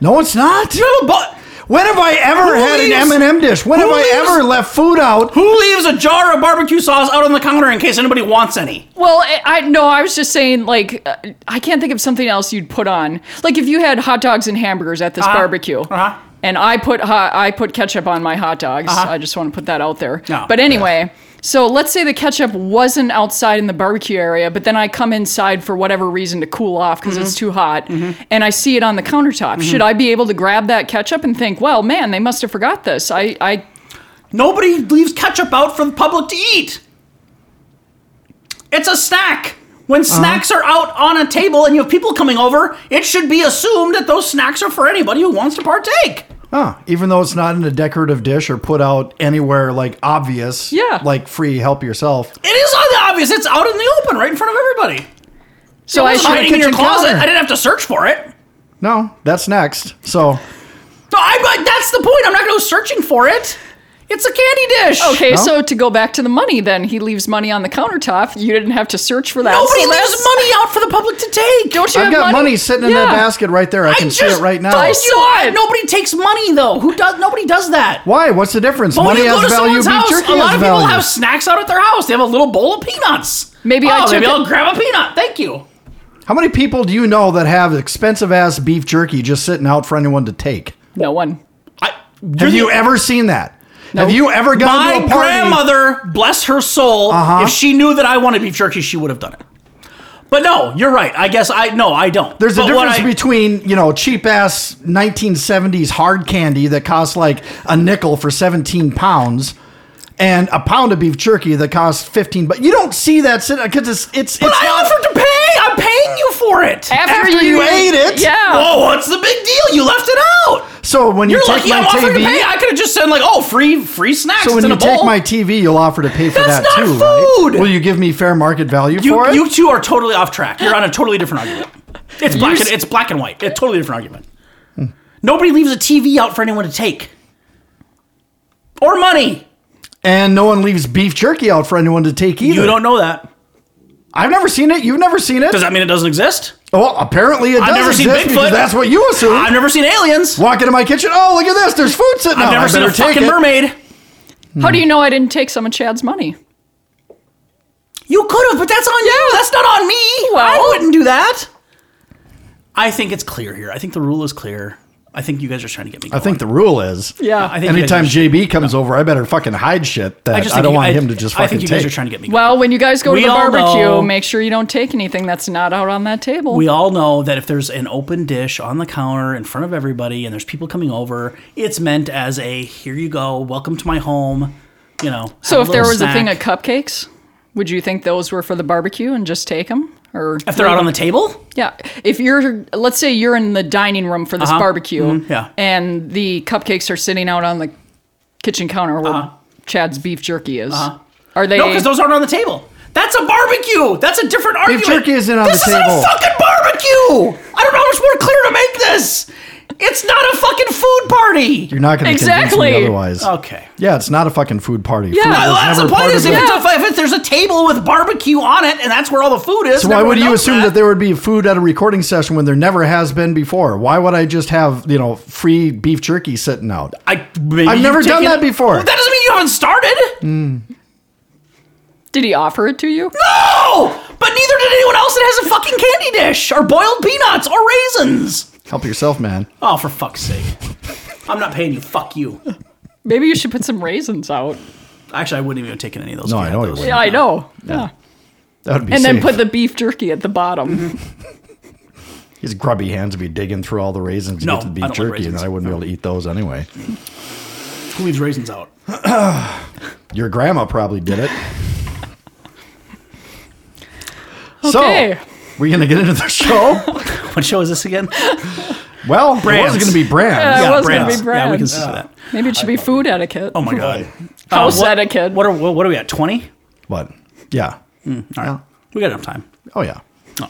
[SPEAKER 3] No, it's not.
[SPEAKER 2] You have a bu-
[SPEAKER 3] When have I ever
[SPEAKER 2] Who
[SPEAKER 3] had
[SPEAKER 2] leaves-
[SPEAKER 3] an M&M dish? When have
[SPEAKER 2] who
[SPEAKER 3] I
[SPEAKER 2] leaves-
[SPEAKER 3] ever left food out?
[SPEAKER 2] Who leaves a jar of barbecue sauce out on the counter in case anybody wants any?
[SPEAKER 1] Well, I, I no, I was just saying like uh, I can't think of something else you'd put on. Like if you had hot dogs and hamburgers at this barbecue.
[SPEAKER 2] uh-huh.
[SPEAKER 1] And I put hot, I put ketchup on my hot dogs. I just want to put that out there.
[SPEAKER 2] No.
[SPEAKER 1] But anyway, so let's say the ketchup wasn't outside in the barbecue area, but then I come inside for whatever reason to cool off because it's
[SPEAKER 2] Mm-hmm.
[SPEAKER 1] too hot, and I see it on the countertop. Should I be able to grab that ketchup and think, well, man, they must have forgot this? I, I
[SPEAKER 2] Nobody leaves ketchup out for the public to eat. It's a snack. When
[SPEAKER 1] Uh-huh.
[SPEAKER 2] snacks are out on a table and you have people coming over, it should be assumed that those snacks are for anybody who wants to partake.
[SPEAKER 3] Huh. Even though it's not in a decorative dish or put out anywhere like obvious.
[SPEAKER 1] Yeah.
[SPEAKER 3] Like free help yourself.
[SPEAKER 2] It is on the obvious. It's out in the open, right in front of everybody.
[SPEAKER 1] so I
[SPEAKER 2] It's
[SPEAKER 1] should.
[SPEAKER 2] hiding in your
[SPEAKER 3] kitchen
[SPEAKER 2] closet.
[SPEAKER 3] counter.
[SPEAKER 2] I didn't have to search for it.
[SPEAKER 3] No, that's next. So
[SPEAKER 2] No, I, but that's the point. I'm not going to go searching for it. It's a candy dish.
[SPEAKER 1] Okay, so to go back to the money, then he leaves money on the countertop. You didn't have to search for that.
[SPEAKER 2] Nobody
[SPEAKER 1] so
[SPEAKER 2] leaves
[SPEAKER 1] that's-
[SPEAKER 2] money out for the public to take.
[SPEAKER 1] Don't you
[SPEAKER 3] I've
[SPEAKER 1] have
[SPEAKER 3] got money, sitting in that
[SPEAKER 1] Yeah.
[SPEAKER 3] basket right there. I, can see it right now.
[SPEAKER 2] told
[SPEAKER 1] I saw
[SPEAKER 2] you,
[SPEAKER 1] it.
[SPEAKER 2] Nobody takes money though. Who does? Nobody does that.
[SPEAKER 3] Why? What's the difference?
[SPEAKER 2] But when
[SPEAKER 3] Money
[SPEAKER 2] Oh, you go to
[SPEAKER 3] has value.
[SPEAKER 2] someone's
[SPEAKER 3] Beef
[SPEAKER 2] house,
[SPEAKER 3] jerky
[SPEAKER 2] a lot
[SPEAKER 3] has
[SPEAKER 2] of people
[SPEAKER 3] value.
[SPEAKER 2] have snacks out at their house. They have a little bowl of peanuts.
[SPEAKER 1] Maybe I
[SPEAKER 2] Oh, maybe
[SPEAKER 1] took it-
[SPEAKER 2] I'll grab a peanut. Thank you.
[SPEAKER 3] How many people do you know that have expensive ass beef jerky just sitting out for anyone to take?
[SPEAKER 1] No one.
[SPEAKER 2] I,
[SPEAKER 3] Have you ever seen that? Have you ever gone
[SPEAKER 2] My
[SPEAKER 3] to a party?
[SPEAKER 2] grandmother, bless her soul, if she knew that I wanted beef jerky, she would have done it. But no, you're right. I guess I no, I don't.
[SPEAKER 3] There's a
[SPEAKER 2] But what
[SPEAKER 3] difference
[SPEAKER 2] I-
[SPEAKER 3] between you know cheap ass 1970s hard candy that costs like a nickel for 17 pounds. And a pound of beef jerky that costs fifteen, but you don't see that sitting because it's it's it's
[SPEAKER 2] I
[SPEAKER 3] not-
[SPEAKER 2] offered to pay. I'm paying you for it.
[SPEAKER 3] After you ate it?
[SPEAKER 1] Yeah.
[SPEAKER 2] Oh, what's the big deal? You left it out.
[SPEAKER 3] So when you
[SPEAKER 2] You're
[SPEAKER 3] take
[SPEAKER 2] lucky
[SPEAKER 3] my
[SPEAKER 2] I'm offering to pay.
[SPEAKER 3] TV,
[SPEAKER 2] I could have just said like, oh, free free snacks.
[SPEAKER 3] so
[SPEAKER 2] it's
[SPEAKER 3] when
[SPEAKER 2] in
[SPEAKER 3] you
[SPEAKER 2] a bowl.
[SPEAKER 3] take my TV, you'll offer to pay for
[SPEAKER 2] That's
[SPEAKER 3] that
[SPEAKER 2] not
[SPEAKER 3] too, right?
[SPEAKER 2] food!
[SPEAKER 3] Will you give me fair market value for
[SPEAKER 2] you,
[SPEAKER 3] it?
[SPEAKER 2] you two are totally off track. You're on a totally different argument. It's black. And, it's black and white. A totally different argument. Nobody leaves a TV out for anyone to take, or money.
[SPEAKER 3] And no one leaves beef jerky out for anyone to take either.
[SPEAKER 2] You don't know that.
[SPEAKER 3] I've never seen it. You've never seen it.
[SPEAKER 2] Does that mean it doesn't exist?
[SPEAKER 3] well, apparently it does
[SPEAKER 2] I've never seen
[SPEAKER 3] exist because
[SPEAKER 2] Bigfoot.
[SPEAKER 3] that's what you assume.
[SPEAKER 2] I've never seen aliens.
[SPEAKER 3] Walk into my kitchen. Oh, look at this. There's food sitting
[SPEAKER 2] I've
[SPEAKER 3] out.
[SPEAKER 2] never
[SPEAKER 3] I
[SPEAKER 2] seen a
[SPEAKER 3] better take
[SPEAKER 2] fucking
[SPEAKER 3] it.
[SPEAKER 2] mermaid.
[SPEAKER 1] How do you know I didn't take some of Chad's money?
[SPEAKER 2] You could have, but that's on you. That's not on me. I
[SPEAKER 1] Well-
[SPEAKER 2] wouldn't do that. I think it's clear here. I think the rule is clear. I think you guys are trying to get me.
[SPEAKER 3] I
[SPEAKER 2] Going.
[SPEAKER 3] think the rule is
[SPEAKER 1] Yeah.
[SPEAKER 2] I think you guys
[SPEAKER 3] anytime
[SPEAKER 2] are-
[SPEAKER 3] JB comes over, I better fucking hide shit that I,
[SPEAKER 2] think
[SPEAKER 3] don't
[SPEAKER 2] you-
[SPEAKER 3] want him to just
[SPEAKER 2] I
[SPEAKER 3] fucking
[SPEAKER 2] think you
[SPEAKER 3] take.
[SPEAKER 2] guys are trying to get me. going.
[SPEAKER 1] Well, when you guys go
[SPEAKER 2] We
[SPEAKER 1] to the
[SPEAKER 2] all
[SPEAKER 1] barbecue,
[SPEAKER 2] know-
[SPEAKER 1] make sure you don't take anything that's not out on that table.
[SPEAKER 2] We all know that if there's an open dish on the counter in front of everybody and there's people coming over, it's meant as a here you go, welcome to my home. You know.
[SPEAKER 1] so
[SPEAKER 2] have
[SPEAKER 1] if there
[SPEAKER 2] little
[SPEAKER 1] was a thing
[SPEAKER 2] snack.
[SPEAKER 1] of cupcakes, would you think those were for the barbecue and just take them? Or
[SPEAKER 2] if they're out on the table,
[SPEAKER 1] yeah, if you're let's say you're in the dining room for this barbecue,
[SPEAKER 2] Uh-huh. Mm-hmm. yeah.
[SPEAKER 1] and the cupcakes are sitting out on the kitchen counter where Chad's beef jerky is. Are they?
[SPEAKER 2] Uh-huh. no, because those aren't on the table. That's a barbecue. That's a different argument.
[SPEAKER 3] jerky isn't on
[SPEAKER 2] This
[SPEAKER 3] the
[SPEAKER 2] isn't
[SPEAKER 3] table.
[SPEAKER 2] a fucking barbecue. I don't know how much more clear to make this. It's not a fucking food party.
[SPEAKER 3] You're not going to
[SPEAKER 1] Exactly.
[SPEAKER 3] convince me otherwise.
[SPEAKER 2] Okay.
[SPEAKER 3] Yeah, it's not a fucking food party.
[SPEAKER 1] Yeah.
[SPEAKER 3] Food
[SPEAKER 1] Well,
[SPEAKER 2] Well,
[SPEAKER 3] was
[SPEAKER 2] that's
[SPEAKER 3] never
[SPEAKER 2] the point.
[SPEAKER 3] part
[SPEAKER 2] Is
[SPEAKER 3] of
[SPEAKER 2] if,
[SPEAKER 3] it.
[SPEAKER 2] it's a, if it- there's a table with barbecue on it, and that's where all the food is.
[SPEAKER 3] So why would
[SPEAKER 2] everyone
[SPEAKER 3] you
[SPEAKER 2] knows
[SPEAKER 3] assume that. there would be food at a recording session when there never has been before? Why would I just have you know free beef jerky sitting out?
[SPEAKER 2] I maybe
[SPEAKER 3] I've
[SPEAKER 2] you've
[SPEAKER 3] never done
[SPEAKER 2] taken-
[SPEAKER 3] that before. Mm.
[SPEAKER 2] Well, that doesn't mean you haven't started.
[SPEAKER 1] Did he offer it to you?
[SPEAKER 2] No, but neither did anyone else that has a fucking candy dish or boiled peanuts or raisins.
[SPEAKER 3] Help yourself, man.
[SPEAKER 2] Oh, for fuck's sake! I'm not paying you. Fuck you.
[SPEAKER 1] Maybe you should put some raisins out.
[SPEAKER 2] Actually, I wouldn't even have taken any of those.
[SPEAKER 3] No,
[SPEAKER 2] if
[SPEAKER 3] I
[SPEAKER 2] had
[SPEAKER 3] know you
[SPEAKER 2] those.
[SPEAKER 3] wouldn't.
[SPEAKER 1] Yeah, I know. Yeah.
[SPEAKER 3] That would be.
[SPEAKER 1] And then
[SPEAKER 3] safe.
[SPEAKER 1] put the beef jerky at the
[SPEAKER 2] Mm-hmm.
[SPEAKER 1] bottom.
[SPEAKER 3] His grubby hands would be digging through all the raisins to
[SPEAKER 2] No,
[SPEAKER 3] get to the
[SPEAKER 2] I
[SPEAKER 3] beef
[SPEAKER 2] don't like
[SPEAKER 3] jerky, and
[SPEAKER 2] raisins.
[SPEAKER 3] I wouldn't be able to eat those anyway.
[SPEAKER 2] Who leaves raisins out?
[SPEAKER 3] Your grandma probably did it.
[SPEAKER 1] Okay.
[SPEAKER 3] So, we're going to get into the show.
[SPEAKER 2] What show is this again?
[SPEAKER 3] well,
[SPEAKER 2] Brands.
[SPEAKER 3] it was going to be
[SPEAKER 1] Yeah,
[SPEAKER 3] brands.
[SPEAKER 1] it was gonna
[SPEAKER 2] brands.
[SPEAKER 1] be
[SPEAKER 2] Yeah, we can
[SPEAKER 1] brands.
[SPEAKER 2] see that.
[SPEAKER 1] Maybe it should be food etiquette.
[SPEAKER 2] Oh my god.
[SPEAKER 1] House
[SPEAKER 2] what-
[SPEAKER 1] etiquette.
[SPEAKER 2] What are what, what are we at? Twenty?
[SPEAKER 3] But, yeah.
[SPEAKER 2] All right. We got enough time.
[SPEAKER 3] Oh, yeah.
[SPEAKER 1] Uh,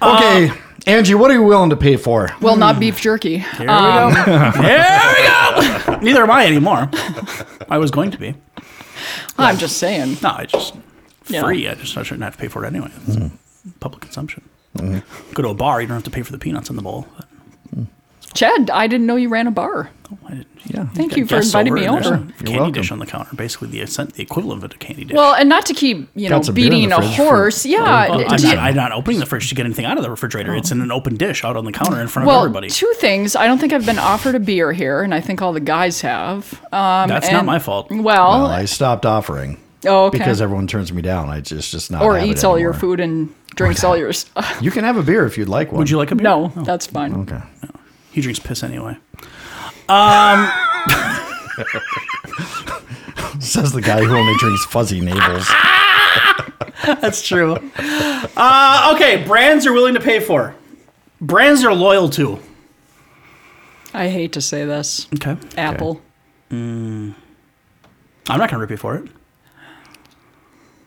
[SPEAKER 3] Okay, Angie, what are you willing to pay for?
[SPEAKER 1] well, not beef jerky. Um,
[SPEAKER 2] Here Mm. we go. Here we go. Neither am I anymore. I was going to be.
[SPEAKER 1] I'm just saying.
[SPEAKER 2] No, I just
[SPEAKER 1] Yeah.
[SPEAKER 2] free. I just I shouldn't have to pay for it anyway. It's Public consumption. Go to a bar. You don't have to pay for the peanuts in the bowl. But,
[SPEAKER 1] Chad, I didn't know you ran a bar.
[SPEAKER 2] oh, I didn't-
[SPEAKER 3] Yeah.
[SPEAKER 1] Thank
[SPEAKER 2] got
[SPEAKER 1] you for
[SPEAKER 2] guests
[SPEAKER 1] inviting me
[SPEAKER 2] and there's
[SPEAKER 1] over.
[SPEAKER 2] a Candy
[SPEAKER 3] welcome.
[SPEAKER 2] dish on the counter, basically the, ascent- the equivalent of a candy dish.
[SPEAKER 1] Well, and not to keep, you know,
[SPEAKER 3] Got some beer in
[SPEAKER 1] beating
[SPEAKER 3] the
[SPEAKER 1] a
[SPEAKER 3] fridge for-
[SPEAKER 1] horse. yeah.
[SPEAKER 2] Well,
[SPEAKER 1] d-
[SPEAKER 2] I'm,
[SPEAKER 1] do you-
[SPEAKER 2] not, I'm not opening the fridge to get anything out of the refrigerator. It's in an open dish out on the counter in front
[SPEAKER 1] Oh. well,
[SPEAKER 2] of everybody.
[SPEAKER 1] two things. I don't think I've been offered a beer here, and I think all the guys have. Um,
[SPEAKER 2] That's not
[SPEAKER 1] and-
[SPEAKER 2] my fault.
[SPEAKER 1] Well,
[SPEAKER 3] Well, I stopped offering
[SPEAKER 1] oh, okay.
[SPEAKER 3] because everyone turns me down. I just, just not.
[SPEAKER 1] or
[SPEAKER 3] have it
[SPEAKER 1] eats all your
[SPEAKER 3] anymore.
[SPEAKER 1] food and drinks all yours.
[SPEAKER 3] You can have a beer if you'd like one.
[SPEAKER 2] Would you like a beer? Oh,
[SPEAKER 1] no, that's fine.
[SPEAKER 3] Okay.
[SPEAKER 2] He drinks piss anyway.
[SPEAKER 3] Says the guy who only drinks fuzzy navels.
[SPEAKER 2] That's true. uh, okay, brands you're willing to pay for. Brands you're loyal to.
[SPEAKER 1] I hate to say this.
[SPEAKER 2] Okay.
[SPEAKER 1] Apple.
[SPEAKER 2] I'm not going to rip you for it.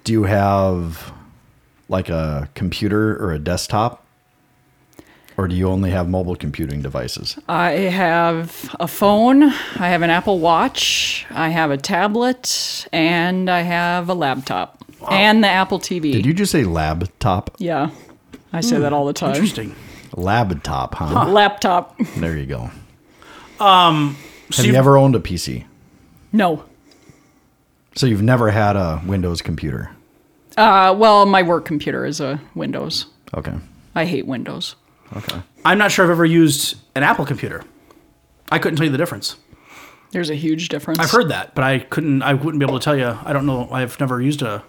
[SPEAKER 3] Do you have like a computer or a desktop? Or do you only have mobile computing devices?
[SPEAKER 1] I have a phone, I have an Apple Watch, I have a tablet, and I have a laptop. And the Apple TV.
[SPEAKER 3] Did you just say laptop?
[SPEAKER 1] Yeah. I say that all the time.
[SPEAKER 2] Hmm. Interesting.
[SPEAKER 3] Laptop, huh?
[SPEAKER 1] Laptop.
[SPEAKER 3] There you go.
[SPEAKER 2] So
[SPEAKER 3] Have you
[SPEAKER 2] you-
[SPEAKER 3] ever owned a PC?
[SPEAKER 1] No.
[SPEAKER 3] So you've never had a Windows computer.
[SPEAKER 1] Uh, well, my work computer is a Windows.
[SPEAKER 3] Okay.
[SPEAKER 1] I hate Windows.
[SPEAKER 2] I'm not sure I've ever used an Apple computer. I couldn't tell you the difference.
[SPEAKER 1] There's a huge difference.
[SPEAKER 2] I've heard that, but I couldn't. I wouldn't be able to tell you. I don't know. I've never used a.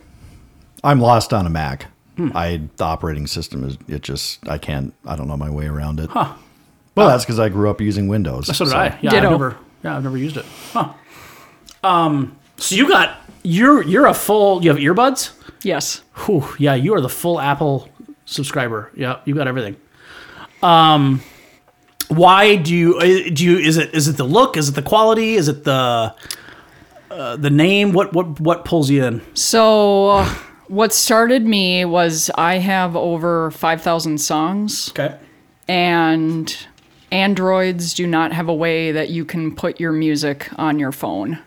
[SPEAKER 3] I'm lost on a Mac. I the operating system is it just I can't I don't know my way around it. Huh. Well, that's because I grew up using Windows.
[SPEAKER 2] So did I. Yeah,
[SPEAKER 1] Ditto.
[SPEAKER 2] I've never. Yeah, I've never used it. Huh. Um. So you got you're you're a full. You have earbuds.
[SPEAKER 1] Yes.
[SPEAKER 2] Whew, yeah, you are the full Apple subscriber. Yeah, you got everything. Um, why do you eh, do you is it is it the look? Is it the quality? Is it the uh, the name? What what what pulls you in?
[SPEAKER 1] So, uh, what started me was I have over 5,000 songs.
[SPEAKER 2] Okay.
[SPEAKER 1] and androids do not have a way that you can put your music on your phone.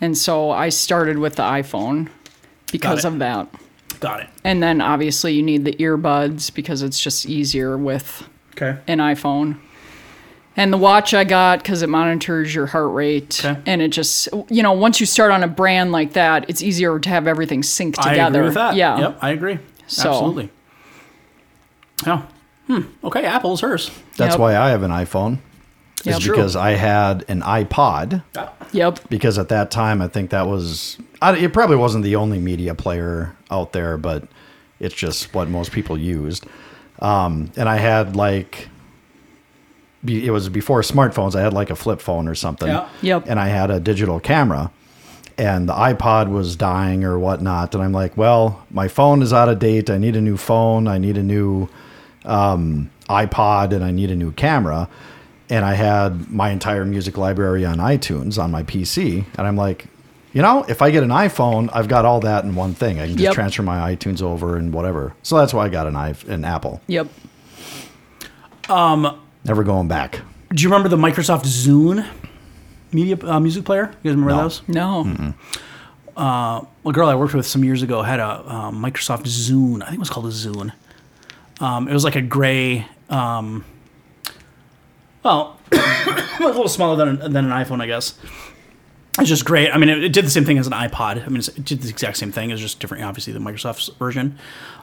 [SPEAKER 1] And so I started with the iPhone because
[SPEAKER 2] it.
[SPEAKER 1] of that.
[SPEAKER 2] Got it.
[SPEAKER 1] And then obviously you need the earbuds because it's just easier with
[SPEAKER 2] Okay.
[SPEAKER 1] an iPhone. And the watch I got because it monitors your heart rate.
[SPEAKER 2] Okay.
[SPEAKER 1] And it just, you know, once you start on a brand like that, it's easier to have everything synced
[SPEAKER 2] I
[SPEAKER 1] together.
[SPEAKER 2] agree with that.
[SPEAKER 1] Yeah.
[SPEAKER 2] Yep, I agree.
[SPEAKER 1] So-
[SPEAKER 2] Absolutely. Yeah. Hmm. Okay, Apple's hers.
[SPEAKER 3] That's
[SPEAKER 1] Yep.
[SPEAKER 3] why I have an iPhone. Is
[SPEAKER 1] Yep.
[SPEAKER 3] because I had an iPod.
[SPEAKER 1] Yep.
[SPEAKER 3] because at that time I think that was I, it probably wasn't the only media player out there, but it's just what most people used. Um, and I had like be, it was before smartphones. I had like a flip phone or something.
[SPEAKER 2] Yeah.
[SPEAKER 1] Yep.
[SPEAKER 3] And I had a digital camera, and the iPod was dying or whatnot. And I'm like, well, my phone is out of date. I need a new phone. I need a new um, iPod and I need a new camera. And I had my entire music library on iTunes on my PC. And I'm like, you know, if I get an iPhone, I've got all that in one thing. I can just
[SPEAKER 1] Yep.
[SPEAKER 3] transfer my iTunes over and whatever. So that's why I got an, I- an Apple.
[SPEAKER 1] Yep.
[SPEAKER 3] Never going back.
[SPEAKER 2] Do you remember the Microsoft Zune media uh, music player? You guys remember those?
[SPEAKER 1] No.
[SPEAKER 2] Mm-hmm. a girl I worked with some years ago had a um, Microsoft Zune. I think it was called a Zune. Um, it was like a gray. Um, well, a little smaller than an, than an iPhone, I guess. It's just great. I mean, it, it did the same thing as an iPod. I mean, it's- it did the exact same thing. It was just different, obviously, the Microsoft's version.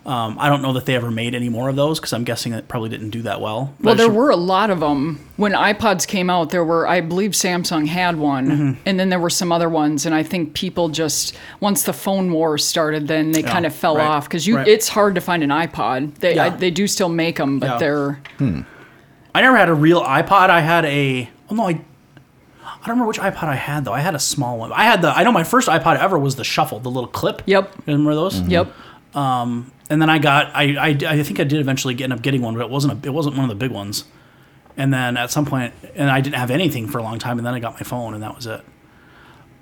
[SPEAKER 2] Um, I don't know that they ever made any more of those because I'm guessing it probably didn't do that well.
[SPEAKER 1] Well,
[SPEAKER 2] But
[SPEAKER 1] there
[SPEAKER 2] she-
[SPEAKER 1] were a lot of them. When iPods came out, there were, I believe Samsung had one,
[SPEAKER 2] Mm-hmm.
[SPEAKER 1] and then there were some other ones. And I think people just, once the phone war started, then they kind of fell
[SPEAKER 2] right,
[SPEAKER 1] off because you
[SPEAKER 2] right.
[SPEAKER 1] it's hard to find an iPod. They, I,
[SPEAKER 2] Yeah.
[SPEAKER 1] they do still make them, but
[SPEAKER 2] Yeah. Mm-hmm.
[SPEAKER 1] they're,
[SPEAKER 2] I never had a real iPod. I had a. Oh no, I. I don't remember which iPod I had though. I had a small one. I had the. I know my first iPod ever was the Shuffle, the little clip.
[SPEAKER 1] Yep. Mm-hmm.
[SPEAKER 2] You remember those?
[SPEAKER 1] yep.
[SPEAKER 2] And then I got. I, I. I think I did eventually get, end up getting one, but it wasn't. A, it wasn't one of the big ones. And then at some point, and I didn't have anything for a long time, and then I got my phone, and that was it.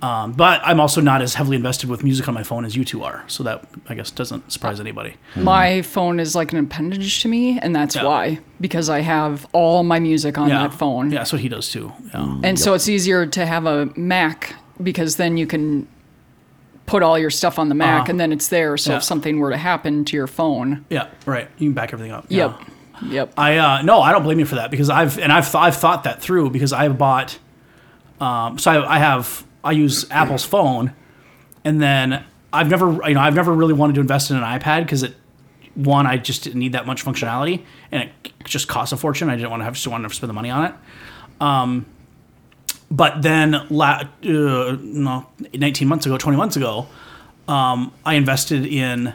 [SPEAKER 2] Um, but I'm also not as heavily invested with music on my phone as you two are, so that I guess doesn't
[SPEAKER 1] Uh,
[SPEAKER 2] surprise anybody.
[SPEAKER 1] My phone is like an appendage to me, and that's why, because I have all my music on that phone. Mm.
[SPEAKER 2] Yeah, that's what he does too. Yeah.
[SPEAKER 1] And so it's easier to have a Mac because then you can put all your stuff on the Mac and then it's there. So
[SPEAKER 2] Uh-huh. Yeah.
[SPEAKER 1] if something were to happen to your phone,
[SPEAKER 2] Yeah. Right. You can back everything up. Yeah.
[SPEAKER 1] yep, yep.
[SPEAKER 2] I uh, no, I don't blame you for that because I've and I've I've thought that through because I've bought. Um, so I, I have I use Apple's phone, and then I've never you know I've never really wanted to invest in an iPad because it one I just didn't need that much functionality and it just costs a fortune. I didn't want to have just wanted to spend the money on it. Um, but then la- uh, no, 19 months ago, 20 months ago, um, I invested in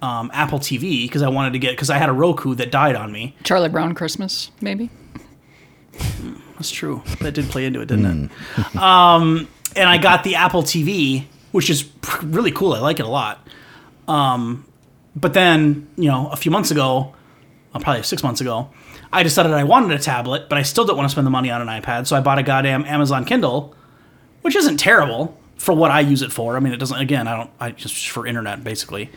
[SPEAKER 2] um, Apple TV because I wanted to get because I had a Roku that died on me.
[SPEAKER 1] Charlie Brown Christmas, maybe.
[SPEAKER 2] That's true. That did play into it, didn't it? Um, and I got the Apple TV, which is pr- really cool. I like it a lot. Um, but then, you know, a few months ago, uh, probably six months ago, I decided I wanted a tablet, but I still didn't want to spend the money on an iPad. So I bought a goddamn Amazon Kindle, which isn't terrible for what I use it for. I mean, it doesn't, again, I don't, I just for internet basically.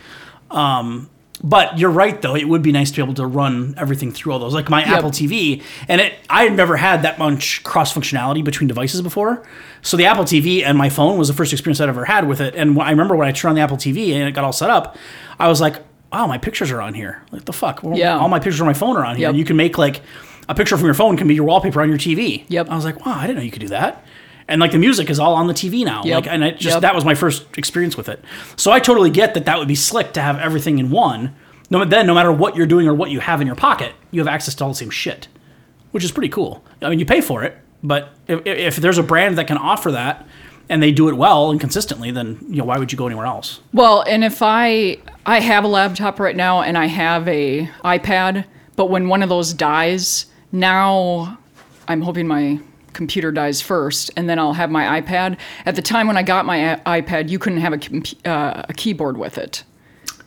[SPEAKER 2] Um, but you're right though. It would be nice to be able to run everything through all those, like my Apple TV, and it. I had never had that much cross functionality between devices before, so the Apple TV and my phone was the first experience I'd ever had with it. And when, I remember when I turned on the Apple TV and it got all set up, I was like, "Wow, my pictures are on here! Like the fuck, Well,
[SPEAKER 1] Yeah.
[SPEAKER 2] all my pictures on my phone are on here.
[SPEAKER 1] Yep.
[SPEAKER 2] You can make like a picture from your phone can be your wallpaper on your TV.
[SPEAKER 1] Yep.
[SPEAKER 2] I was like, wow, I didn't know you could do that. And like the music is all on the TV now.
[SPEAKER 1] Yep.
[SPEAKER 2] Like, and it just
[SPEAKER 1] Yep.
[SPEAKER 2] that was my first experience with it. So I totally get that that would be slick to have everything in one. No, but then no matter what you're doing or what you have in your pocket, you have access to all the same shit, which is pretty cool. I mean, you pay for it, but if, if- if there's a brand that can offer that and they do it well and consistently, then you know why would you go anywhere else?
[SPEAKER 1] Well, and if I I have a laptop right now and I have a iPad, but when one of those dies, now I'm hoping my computer dies first and then I'll have my iPad. At the time when I got my i- iPad, you couldn't have a, comp- uh, a keyboard with it.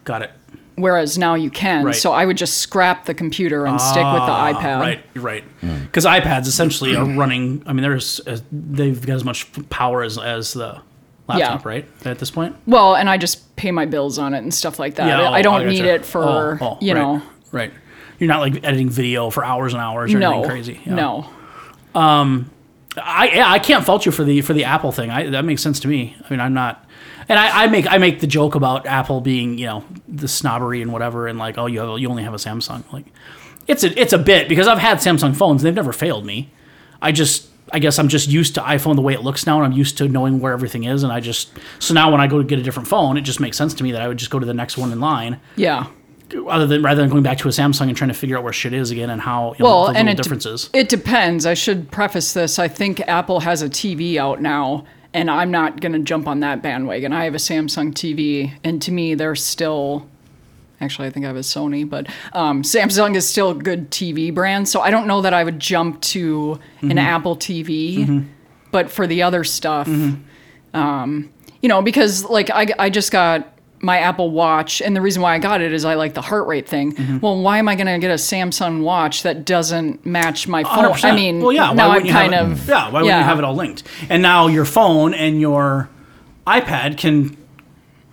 [SPEAKER 2] Got it.
[SPEAKER 1] whereas now you can.
[SPEAKER 2] Right. Ah,
[SPEAKER 1] So I would just scrap the computer and stick with the iPad.
[SPEAKER 2] Uh,
[SPEAKER 1] Mm-hmm.
[SPEAKER 2] Right, you're right. Because iPads essentially are running. I mean, there's uh, they've got as much power as as the laptop,
[SPEAKER 1] Yeah.
[SPEAKER 2] right? At this point,
[SPEAKER 1] Well, and I just pay my bills on it and stuff like that.
[SPEAKER 2] oh,
[SPEAKER 1] I don't
[SPEAKER 2] gotcha.
[SPEAKER 1] need it for
[SPEAKER 2] Oh, oh,
[SPEAKER 1] you
[SPEAKER 2] right,
[SPEAKER 1] know.
[SPEAKER 2] Right, you're not like editing video for hours and hours or
[SPEAKER 1] No,
[SPEAKER 2] anything crazy. Yeah.
[SPEAKER 1] no.
[SPEAKER 2] I yeah, I can't fault you for the for the Apple thing. I, that makes sense to me. I mean, I'm not, and I, I make I make the joke about Apple being you know the snobbery and whatever, and like oh you have, you only have a Samsung. Like it's a it's a bit because I've had Samsung phones, and they've never failed me. I just I guess I'm just used to iPhone the way it looks now, and I'm used to knowing where everything is, and I just so now when I go to get a different phone, it just makes sense to me that I would just go to the next one in line,
[SPEAKER 1] Yeah.
[SPEAKER 2] rather than rather than going back to a Samsung and trying to figure out where shit is again and how you
[SPEAKER 1] Well,
[SPEAKER 2] know, the
[SPEAKER 1] and
[SPEAKER 2] little
[SPEAKER 1] it de-
[SPEAKER 2] differences.
[SPEAKER 1] It depends. I should preface this. I think Apple has a TV out now, and I'm not going to jump on that bandwagon. I have a Samsung TV, and to me, they're still. Actually, I think I have a Sony, but um, Samsung is still a good TV brand. So I don't know that I would jump to
[SPEAKER 2] Mm-hmm.
[SPEAKER 1] an Apple TV, but for the other stuff, um, you know, because like I, I just got my Apple Watch, and the reason why I got it is I like the heart rate thing. Well, why am I going to get a Samsung watch that doesn't match my phone?
[SPEAKER 2] 100%.
[SPEAKER 1] Oh, I mean,
[SPEAKER 2] well, Oh, yeah.
[SPEAKER 1] now
[SPEAKER 2] why
[SPEAKER 1] I'm
[SPEAKER 2] wouldn't
[SPEAKER 1] kind
[SPEAKER 2] you have
[SPEAKER 1] of
[SPEAKER 2] It, yeah. Why wouldn't you have it all linked? And now your phone and your iPad can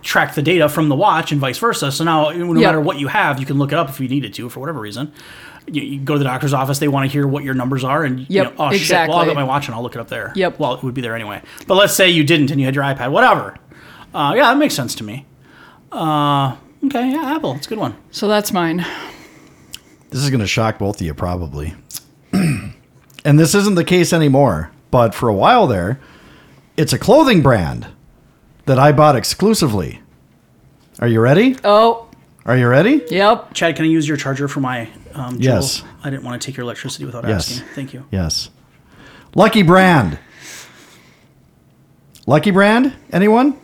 [SPEAKER 2] track the data from the watch and vice versa. So now no
[SPEAKER 1] Yeah.
[SPEAKER 2] matter what you have, you can look it up if you needed to for whatever reason. you, you go to the doctor's office, they want to hear what your numbers are, and you
[SPEAKER 1] Yep,
[SPEAKER 2] know, oh shit, well I
[SPEAKER 1] exactly.
[SPEAKER 2] got my watch and I'll look it up there.
[SPEAKER 1] Yep.
[SPEAKER 2] Well, it would be there anyway. But let's say you didn't and you had your iPad, whatever. Uh, yeah, that makes sense to me. Uh, okay, yeah, Apple, it's a good one.
[SPEAKER 1] So that's mine.
[SPEAKER 3] This is going to shock both of you, probably. and this isn't the case anymore, but for a while there, it's a clothing brand that I bought exclusively. Are you ready?
[SPEAKER 1] Oh,
[SPEAKER 3] Are you ready?
[SPEAKER 1] yep.
[SPEAKER 2] Chad, can I use your charger for my? Um, jewel?
[SPEAKER 3] Yes.
[SPEAKER 2] I didn't want to take your electricity without
[SPEAKER 3] Yes.
[SPEAKER 2] asking. Thank you.
[SPEAKER 3] Yes. Lucky Brand. Lucky Brand? Anyone?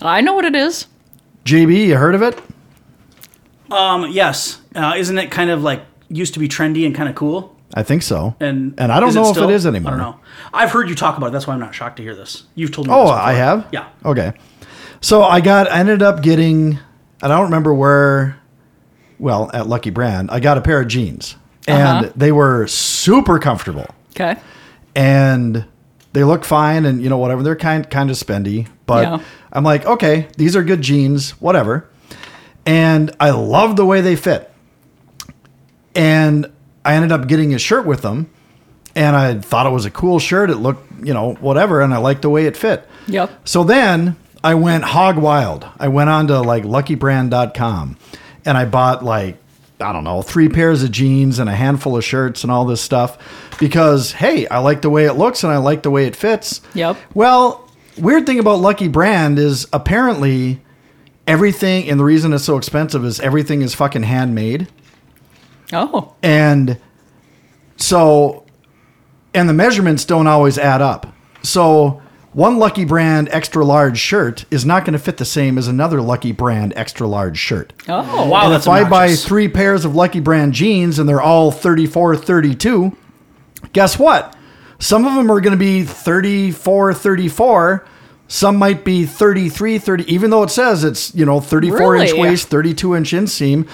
[SPEAKER 1] I know what it is.
[SPEAKER 3] JB, you heard of it?
[SPEAKER 2] Um, yes. Uh, isn't it kind of like used to be trendy and kind of cool?
[SPEAKER 3] I think so.
[SPEAKER 2] And
[SPEAKER 3] and I don't
[SPEAKER 2] is
[SPEAKER 3] know if
[SPEAKER 2] still?
[SPEAKER 3] it is anymore.
[SPEAKER 2] I don't know. I've heard you talk about it. That's why I'm not shocked to hear this. You've told me.
[SPEAKER 3] Oh,
[SPEAKER 2] this
[SPEAKER 3] I
[SPEAKER 2] before.
[SPEAKER 3] have.
[SPEAKER 2] Yeah.
[SPEAKER 3] Okay. So I got. I ended up getting. I don't remember where. Well, at Lucky Brand, I got a pair of jeans, and
[SPEAKER 1] Uh-huh.
[SPEAKER 3] they were super comfortable,
[SPEAKER 1] Okay.
[SPEAKER 3] and they look fine, and you know whatever. They're kind kind of spendy, but
[SPEAKER 1] Yeah.
[SPEAKER 3] I'm like, okay, these are good jeans, whatever. And I love the way they fit, and I ended up getting a shirt with them, and I thought it was a cool shirt. It looked, you know, whatever, and I liked the way it fit.
[SPEAKER 1] Yep.
[SPEAKER 3] So then I went hog wild. I went on to like luckybrand.com and I bought like, I don't know, three pairs of jeans and a handful of shirts and all this stuff because, hey, I like the way it looks and I like the way it fits.
[SPEAKER 1] Yep.
[SPEAKER 3] Well, weird thing about Lucky Brand is apparently everything, and the reason it's so expensive is everything is fucking handmade.
[SPEAKER 1] Oh,
[SPEAKER 3] And so, and the measurements don't always add up. So, one lucky brand extra large shirt is not going to fit the same as another lucky brand extra large shirt.
[SPEAKER 1] oh,
[SPEAKER 2] Wow,
[SPEAKER 3] and
[SPEAKER 2] that's
[SPEAKER 3] if I buy
[SPEAKER 2] obnoxious.
[SPEAKER 3] three pairs of lucky brand jeans and they're all 34, 32, guess what? Some of them are going to be 34, 34. Some might be 33, 30, even though it says it's, you know, 34 inch
[SPEAKER 1] Really?
[SPEAKER 3] waist, 32 inch inseam.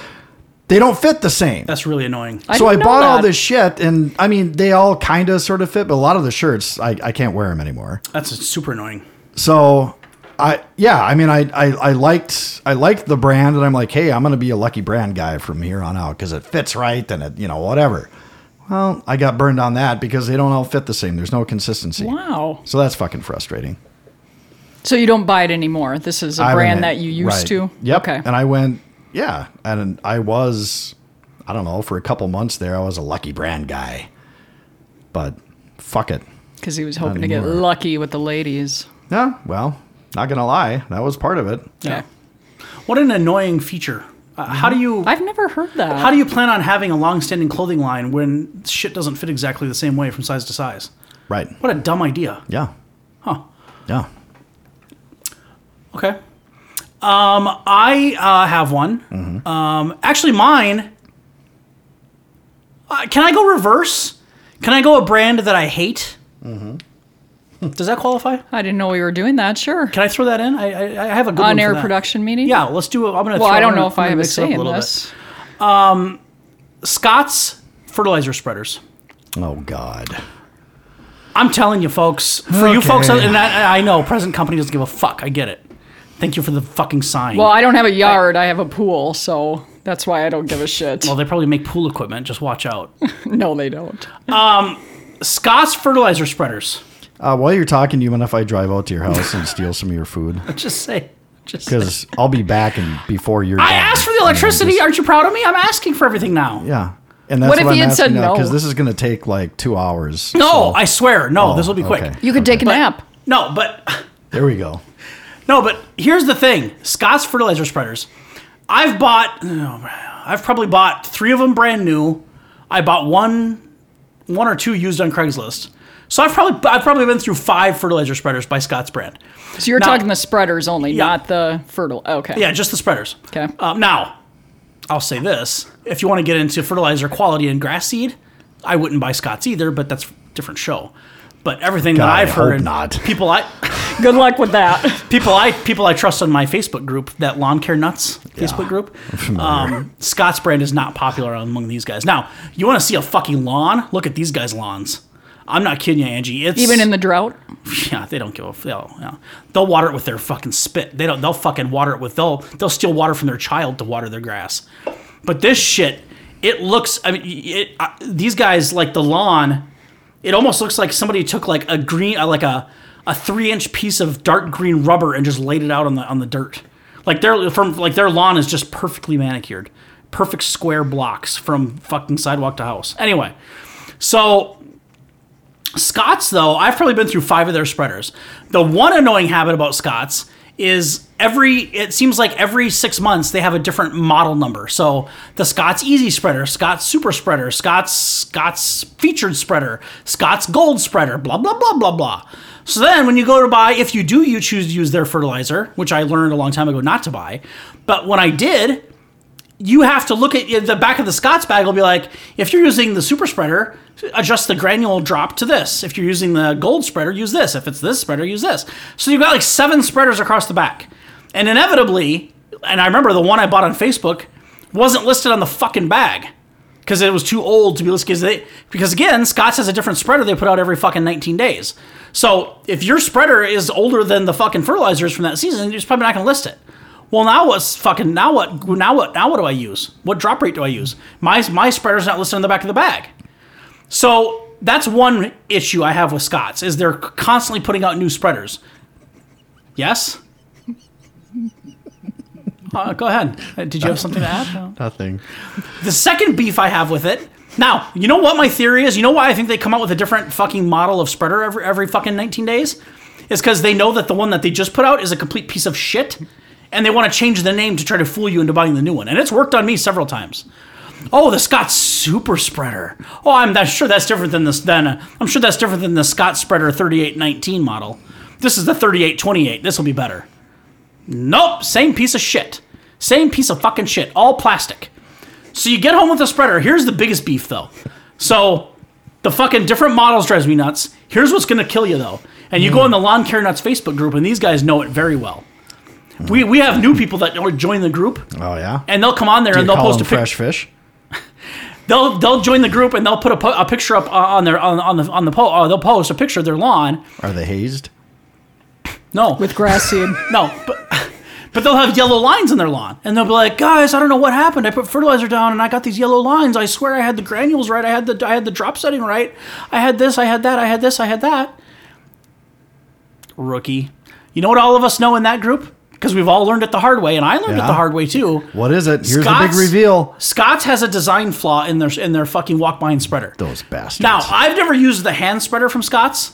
[SPEAKER 3] They don't fit the same
[SPEAKER 2] That's really annoying.
[SPEAKER 3] so I
[SPEAKER 1] didn't know
[SPEAKER 3] bought all
[SPEAKER 1] that.
[SPEAKER 3] this shit, and I mean, they all kind of sort of fit, but a lot of the shirts I, I can't wear them anymore.
[SPEAKER 2] That's super annoying.
[SPEAKER 3] So I yeah, I mean, I, I I liked I liked the brand, and I'm like, hey, I'm gonna be a lucky brand guy from here on out because it fits right, and it you know whatever. Well, I got burned on that because they don't all fit the same. There's no consistency.
[SPEAKER 1] Wow.
[SPEAKER 3] So that's fucking frustrating.
[SPEAKER 1] So you don't buy it anymore. This is a
[SPEAKER 3] I
[SPEAKER 1] brand
[SPEAKER 3] went
[SPEAKER 1] that
[SPEAKER 3] in-
[SPEAKER 1] you used
[SPEAKER 3] right.
[SPEAKER 1] to.
[SPEAKER 3] Yep.
[SPEAKER 1] Okay.
[SPEAKER 3] And I went, yeah, and I was, I don't know, for a couple months there, I was a lucky brand guy, but fuck it.
[SPEAKER 1] Because he was hoping to get
[SPEAKER 3] anymore.
[SPEAKER 1] lucky with the ladies.
[SPEAKER 3] Yeah, well, not gonna lie, that was part of it.
[SPEAKER 1] Yeah.
[SPEAKER 2] What an annoying feature. Uh, How do you?
[SPEAKER 1] I've never heard that.
[SPEAKER 2] How do you plan on having a long-standing clothing line when shit doesn't fit exactly the same way from size to size?
[SPEAKER 3] Right.
[SPEAKER 2] What a dumb idea.
[SPEAKER 3] Yeah.
[SPEAKER 2] Huh.
[SPEAKER 3] Yeah.
[SPEAKER 2] Okay. Um, I uh, have one. Um, actually, mine. Uh, can I go reverse? Can I go a brand that I hate?
[SPEAKER 1] Mm-hmm.
[SPEAKER 2] Does that qualify?
[SPEAKER 1] I didn't know we were doing that. Sure.
[SPEAKER 2] Can I throw that in? I I, I have a good
[SPEAKER 1] On
[SPEAKER 2] one for
[SPEAKER 1] air
[SPEAKER 2] that.
[SPEAKER 1] production meeting?
[SPEAKER 2] Yeah, let's do. A, I'm gonna. throw-
[SPEAKER 1] Well, I
[SPEAKER 2] I'm
[SPEAKER 1] don't
[SPEAKER 2] gonna-
[SPEAKER 1] know if I
[SPEAKER 2] I'm gonna
[SPEAKER 1] have a
[SPEAKER 2] mix it up
[SPEAKER 1] say in
[SPEAKER 2] little bit.
[SPEAKER 1] this.
[SPEAKER 2] Scott's fertilizer spreaders.
[SPEAKER 3] Oh God.
[SPEAKER 2] I'm telling you, folks. For you folks,
[SPEAKER 3] Okay.
[SPEAKER 2] and I, I know present company doesn't give a fuck. I get it. Thank you for the fucking sign.
[SPEAKER 1] Well, I don't have a yard. I have a pool, so that's why I don't give a shit.
[SPEAKER 2] well, they probably make pool equipment. Just watch out.
[SPEAKER 1] no, they don't.
[SPEAKER 2] Scott's fertilizer spreaders.
[SPEAKER 3] Uh, while you're talking, do you mind if I drive out to your house and steal some of your food?
[SPEAKER 2] Just say. Just say.
[SPEAKER 3] Because I'll be back and before you're.
[SPEAKER 2] I
[SPEAKER 3] done.
[SPEAKER 2] asked for
[SPEAKER 3] I
[SPEAKER 2] the
[SPEAKER 3] mean,
[SPEAKER 2] electricity.
[SPEAKER 3] just-
[SPEAKER 2] Aren't you proud of me? I'm asking for everything now.
[SPEAKER 3] yeah. And that's
[SPEAKER 1] What
[SPEAKER 3] what,
[SPEAKER 1] if
[SPEAKER 3] I'm
[SPEAKER 1] he had said
[SPEAKER 3] asking now,
[SPEAKER 1] no?
[SPEAKER 3] Because this is gonna take like two hours.
[SPEAKER 2] No, I swear. No, this will be quick.
[SPEAKER 3] Oh, okay.
[SPEAKER 1] You could take a nap.
[SPEAKER 2] No, but
[SPEAKER 3] There we go.
[SPEAKER 2] no, but here's the thing. Scott's fertilizer spreaders. I've bought. oh, I've probably bought three of them brand new. I bought one, one or two used on Craigslist. So I've probably I've probably been through five fertilizer spreaders by Scott's brand.
[SPEAKER 1] So you're
[SPEAKER 2] Now-
[SPEAKER 1] talking the spreaders only, not the fertile. Okay.
[SPEAKER 2] Yeah, just the spreaders.
[SPEAKER 1] Okay.
[SPEAKER 2] Um, now, I'll say this: if you want to get into fertilizer quality and grass seed, I wouldn't buy Scotts either, but that's a different show. But everything
[SPEAKER 3] God,
[SPEAKER 2] that
[SPEAKER 3] I
[SPEAKER 2] I've
[SPEAKER 3] hope
[SPEAKER 2] heard, and
[SPEAKER 3] not.
[SPEAKER 2] people I
[SPEAKER 1] Good luck with that.
[SPEAKER 2] people I people I trust on my Facebook group, that Lawn Care Nuts Facebook group, um, Scotts brand is not popular among these guys. Now, you want to see a fucking lawn? Look at these guys' lawns. I'm not kidding you, Angie. It's
[SPEAKER 1] Even in the drought.
[SPEAKER 2] yeah, they don't give a f- they'll, yeah. they'll water it with their fucking spit. They don't. They'll fucking water it with they'll they'll steal water from their child to water their grass. But this shit it looks. I mean, it, uh, these guys like the lawn. It almost looks like somebody took like a green, uh, like a a three inch piece of dark green rubber and just laid it out on the on the dirt. Like their from like their lawn is just perfectly manicured, perfect square blocks from fucking sidewalk to house. Anyway, so Scott's though, I've probably been through five of their spreaders. The one annoying habit about Scott's is every it seems like every six months they have a different model number. So the Scott's Easy Spreader, Scott's Super Spreader, Scott's Scott's Featured Spreader, Scott's Gold Spreader, blah blah blah blah blah. So then when you go to buy, if you do you choose to use their fertilizer, which I learned a long time ago not to buy, but when I did, you have to look at the back of the Scotts bag. Will be like, if you're using the super spreader, adjust the granule drop to this. If you're using the gold spreader, use this. If it's this spreader, use this. So you've got like seven spreaders across the back, and inevitably, and I remember the one I bought on Facebook wasn't listed on the fucking bag because it was too old to be listed. 'cause they- Because again, Scotts has a different spreader they put out every fucking 19 days. So if your spreader is older than the fucking fertilizers from that season, you're just probably not gonna list it. Well, now what's fucking now what now what now what do I use? What drop rate do I use? My my spreader's not listed in the back of the bag. So that's one issue I have with Scotts is they're constantly putting out new spreaders. Yes. Uh, go ahead. Uh, Did you have something to add? No.
[SPEAKER 4] Nothing.
[SPEAKER 2] The second beef I have with it. Now, you know what my theory is? You know why I think they come out with a different fucking model of spreader every every fucking 19 days? Is because they know that the one that they just put out is a complete piece of shit, and they want to change the name to try to fool you into buying the new one. And it's worked on me several times. Oh, the Scott Super Spreader. Oh, I'm that's sure that's different than this. Then uh, I'm sure that's different than the Scott Spreader 3819 model. This is the 3828. This will be better. Nope, same piece of shit. Same piece of fucking shit. All plastic. So you get home with a spreader. Here's the biggest beef though. So the fucking different models drives me nuts. Here's what's gonna kill you though. And you
[SPEAKER 4] Hmm.
[SPEAKER 2] go in the Lawn Care Nuts Facebook group, and these guys know it very well. We, we have new people that join the group,
[SPEAKER 4] Oh yeah.
[SPEAKER 2] and they'll come on there and
[SPEAKER 4] you
[SPEAKER 2] they'll
[SPEAKER 4] call
[SPEAKER 2] post a
[SPEAKER 4] them
[SPEAKER 2] pic-
[SPEAKER 4] fresh fish.
[SPEAKER 2] they'll they'll join the group and they'll put a, po- a picture up uh, on their on, on the on the po- uh, they'll post a picture of their lawn.
[SPEAKER 4] Are they hazed?
[SPEAKER 2] No,
[SPEAKER 1] with grass seed.
[SPEAKER 2] no, but but they'll have yellow lines on their lawn, and they'll be like, guys, I don't know what happened. I put fertilizer down and I got these yellow lines. I swear I had the granules right. I had the I had the drop setting right. I had this. I had that. I had this. I had that. Rookie, you know what all of us know in that group because we've all learned it the hard way, and I learned it
[SPEAKER 4] Yeah.
[SPEAKER 2] the hard way too.
[SPEAKER 4] What is it? Here's the
[SPEAKER 2] Scott's-
[SPEAKER 4] big reveal.
[SPEAKER 2] Scott's has a design flaw in their in their fucking walk behind spreader.
[SPEAKER 4] Those bastards.
[SPEAKER 2] Now, I've never used the hand spreader from Scott's.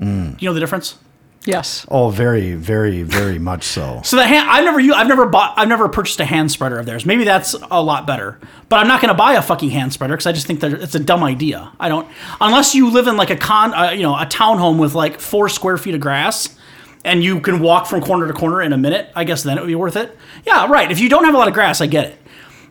[SPEAKER 2] You know the difference.
[SPEAKER 1] Yes.
[SPEAKER 4] oh, very, very, very much so.
[SPEAKER 2] So the hand, I've never, u- I've never bought, I've never purchased a hand spreader of theirs. Maybe that's a lot better. But I'm not going to buy a fucking hand spreader because I just think that it's a dumb idea. I don't, unless you live in like a con, uh, you know, a townhome with like four square feet of grass, and you can walk from corner to corner in a minute. I guess then it would be worth it. Yeah, right. If you don't have a lot of grass, I get it.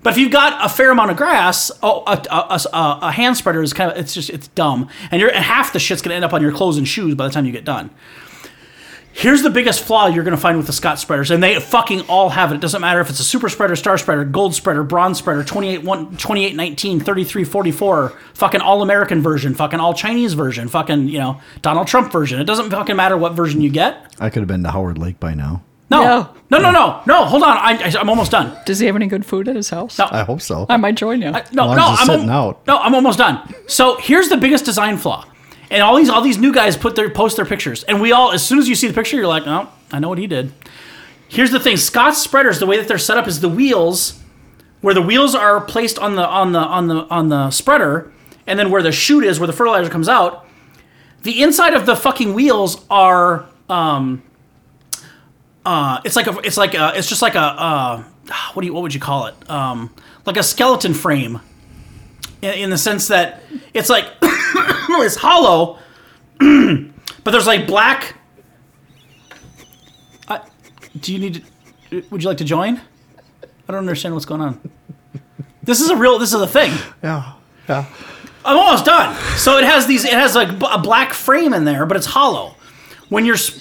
[SPEAKER 2] But if you've got a fair amount of grass, oh, a, a, a- a, a hand spreader is kind of it's just it's dumb, and you're and half the shit's gonna end up on your clothes and shoes by the time you get done. Here's the biggest flaw you're gonna find with the Scott spreaders, and they fucking all have it. It doesn't matter if it's a super spreader, star spreader, gold spreader, bronze spreader, 28, 1, 28 19, 33, 44, fucking all American version, fucking all Chinese version, fucking, you know, Donald Trump version. It doesn't fucking matter what version you get.
[SPEAKER 4] I could have been to Howard Lake by now.
[SPEAKER 2] No.
[SPEAKER 1] No.
[SPEAKER 2] No, no, no, no. Hold on. I, I, I'm almost done.
[SPEAKER 1] Does he have any good food at his house?
[SPEAKER 2] No.
[SPEAKER 4] I hope so.
[SPEAKER 1] I might join you.
[SPEAKER 2] No,
[SPEAKER 4] Well,
[SPEAKER 2] no,
[SPEAKER 4] I'm just
[SPEAKER 2] I'm
[SPEAKER 4] sitting
[SPEAKER 2] al-
[SPEAKER 4] out.
[SPEAKER 2] No, I'm almost done. So here's the biggest design flaw, and all these all these new guys put their post their pictures, and we all as soon as you see the picture, you're like, oh, I know what he did. Here's the thing: Scott's spreaders, the way that they're set up is the wheels, where the wheels are placed on the on the on the on the spreader, and then where the chute is, where the fertilizer comes out. The inside of the fucking wheels are um, uh, it's like a it's like a it's just like a uh, what do you what would you call it um like a skeleton frame in, in the sense that it's like it's hollow, but there's like black. I, do you need to? Would you like to join? I don't understand what's going on. This is a real. This is a thing.
[SPEAKER 4] yeah. Yeah.
[SPEAKER 2] I'm almost done. So it has these. It has like b- a black frame in there, but it's hollow. When you're s-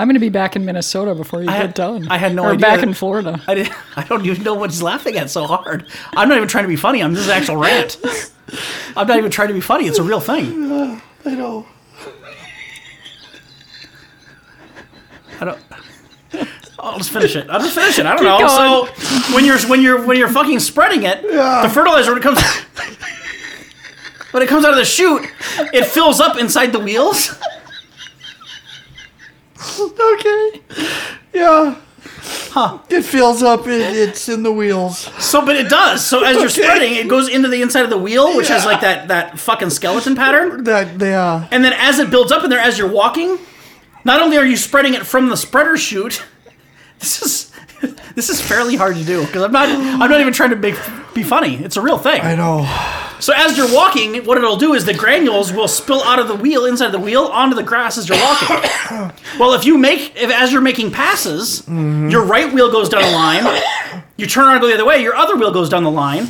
[SPEAKER 1] I'm going to be back in Minnesota before you
[SPEAKER 2] I
[SPEAKER 1] get
[SPEAKER 2] had-
[SPEAKER 1] done.
[SPEAKER 2] I had no
[SPEAKER 1] or
[SPEAKER 2] idea
[SPEAKER 1] back
[SPEAKER 2] that-
[SPEAKER 1] in Florida.
[SPEAKER 2] I, did, I don't even know what he's laughing at so hard. I'm not even trying to be funny. I'm this is an actual rant. I'm not even trying to be funny. It's a real thing.
[SPEAKER 4] I know.
[SPEAKER 2] I don't. let's finish it. I'll just finish it. I don't know.
[SPEAKER 1] going.
[SPEAKER 2] So when you're when you're when you're fucking spreading it, the fertilizer when it comes when it comes out of the chute, it fills up inside the wheels.
[SPEAKER 4] Okay. Yeah. It fills up. It, it's in the wheels.
[SPEAKER 2] So, but it does. So as you're spreading, it goes into the inside of the wheel, which has like that that fucking skeleton pattern.
[SPEAKER 4] That yeah.
[SPEAKER 2] And then as it builds up in there, as you're walking, not only are you spreading it from the spreader chute, this is this is fairly hard to do because I'm not I'm not even trying to make be funny. It's a real thing.
[SPEAKER 4] I know.
[SPEAKER 2] So as you're walking, what it'll do is the granules will spill out of the wheel inside the wheel onto the grass as you're walking. well, if you make if as you're making passes,
[SPEAKER 4] Mm-hmm.
[SPEAKER 2] your right wheel goes down a line, you turn around and go the other way, your other wheel goes down the line.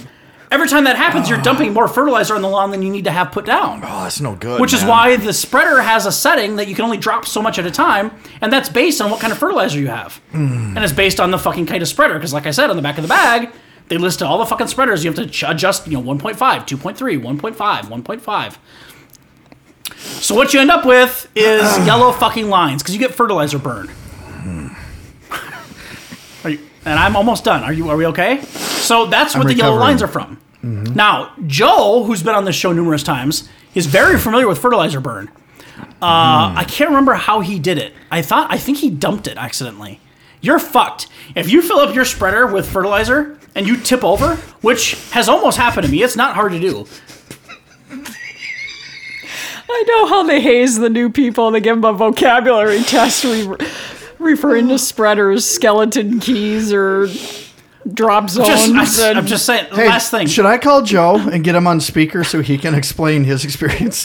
[SPEAKER 2] Every time that happens, you're dumping more fertilizer on the lawn than you need to have put down.
[SPEAKER 4] Ah. Oh, that's no good.
[SPEAKER 2] Which is
[SPEAKER 4] man.
[SPEAKER 2] why the spreader has a setting that you can only drop so much at a time, and that's based on what kind of fertilizer you have.
[SPEAKER 4] Hmm.
[SPEAKER 2] And it's based on the fucking kind of spreader, because like I said, on the back of the bag, they list all the fucking spreaders. You have to ch- adjust, you know, 1.5, 2.3, 1.5, 1.5. So what you end up with is yellow fucking lines, because you get fertilizer burn. Are you, and I'm almost done. Are you? Are we okay? So that's what the yellow
[SPEAKER 4] recovering.
[SPEAKER 2] lines are from. Now, Joe, who's been on this show numerous times, is very familiar with fertilizer burn. Uh,
[SPEAKER 4] Hmm.
[SPEAKER 2] I can't remember how he did it. I thought I think he dumped it accidentally. You're fucked if you fill up your spreader with fertilizer and you tip over, which has almost happened to me. It's not hard to do.
[SPEAKER 1] I know how they haze the new people. They give them a vocabulary test re- referring to spreaders, skeleton keys, or drop zones.
[SPEAKER 2] Just, I,
[SPEAKER 1] and
[SPEAKER 2] am just saying.
[SPEAKER 4] Hey,
[SPEAKER 2] last thing.
[SPEAKER 4] Should I call Joe and get him on speaker so he can explain his experience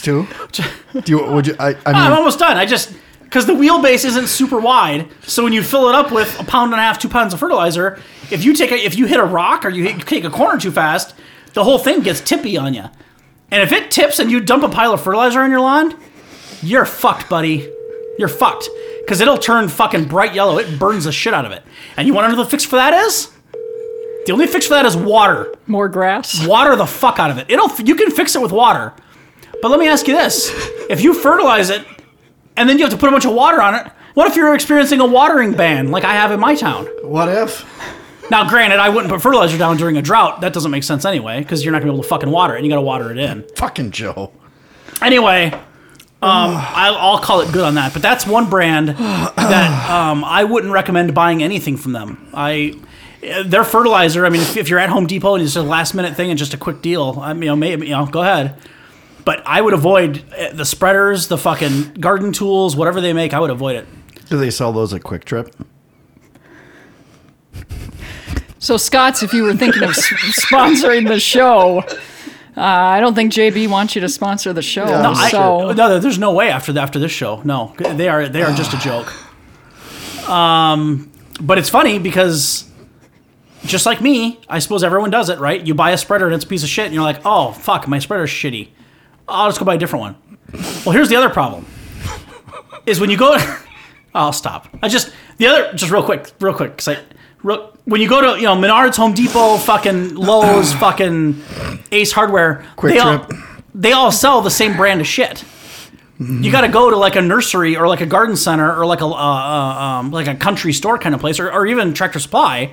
[SPEAKER 4] too? Do you? Would you? I, I
[SPEAKER 2] I'm
[SPEAKER 4] mean,
[SPEAKER 2] almost done. I just because the wheelbase isn't super wide, so when you fill it up with a pound and a half, two pounds of fertilizer, if you take a, if you hit a rock or you, hit, you take a corner too fast, the whole thing gets tippy on you. And if it tips and you dump a pile of fertilizer on your lawn, you're fucked, buddy. You're fucked because it'll turn fucking bright yellow. It burns the shit out of it. And you want to know the fix for that is? The only fix for that is water
[SPEAKER 1] more grass.
[SPEAKER 2] water the fuck out of it. It'll you can fix it with water. But let me ask you this: if you fertilize it and then you have to put a bunch of water on it, what if you're experiencing a watering ban like I have in my town?
[SPEAKER 4] what if?
[SPEAKER 2] Now, granted, I wouldn't put fertilizer down during a drought. That doesn't make sense anyway because you're not gonna be able to fucking water it. and You gotta water it in
[SPEAKER 4] Fucking Joe.
[SPEAKER 2] anyway, um, I'll, I'll call it good on that. But that's one brand that um, I wouldn't recommend buying anything from them. I eh, their fertilizer. I mean, if, if you're at Home Depot and it's a last minute thing and just a quick deal, I mean, you know, maybe you know, go ahead. But I would avoid eh, the spreaders, the fucking garden tools, whatever they make. I would avoid it.
[SPEAKER 4] Do they sell those at Quick Trip?
[SPEAKER 1] So, Scott's, if you were thinking of s- sponsoring the show, uh, I don't think JB wants you to sponsor the show.
[SPEAKER 4] No,
[SPEAKER 2] I-
[SPEAKER 1] so,
[SPEAKER 2] no, there's no way after the, after this show. No, they are they are just a joke. Um, but it's funny because just like me, I suppose everyone does it, right? You buy a spreader and it's a piece of shit, and you're like, oh fuck, my spreader's shitty. I'll just go buy a different one. Well, here's the other problem: is when you go. I'll stop. I just the other just real quick, real quick, because I. real- When you go to you know Menards, Home Depot, fucking Lowe's, fucking Ace Hardware,
[SPEAKER 4] Quick
[SPEAKER 2] they all-
[SPEAKER 4] Trip.
[SPEAKER 2] they all sell the same brand of shit. You got to go to like a nursery or like a garden center or like a uh, uh, um, like a country store kind of place or, or even Tractor Supply,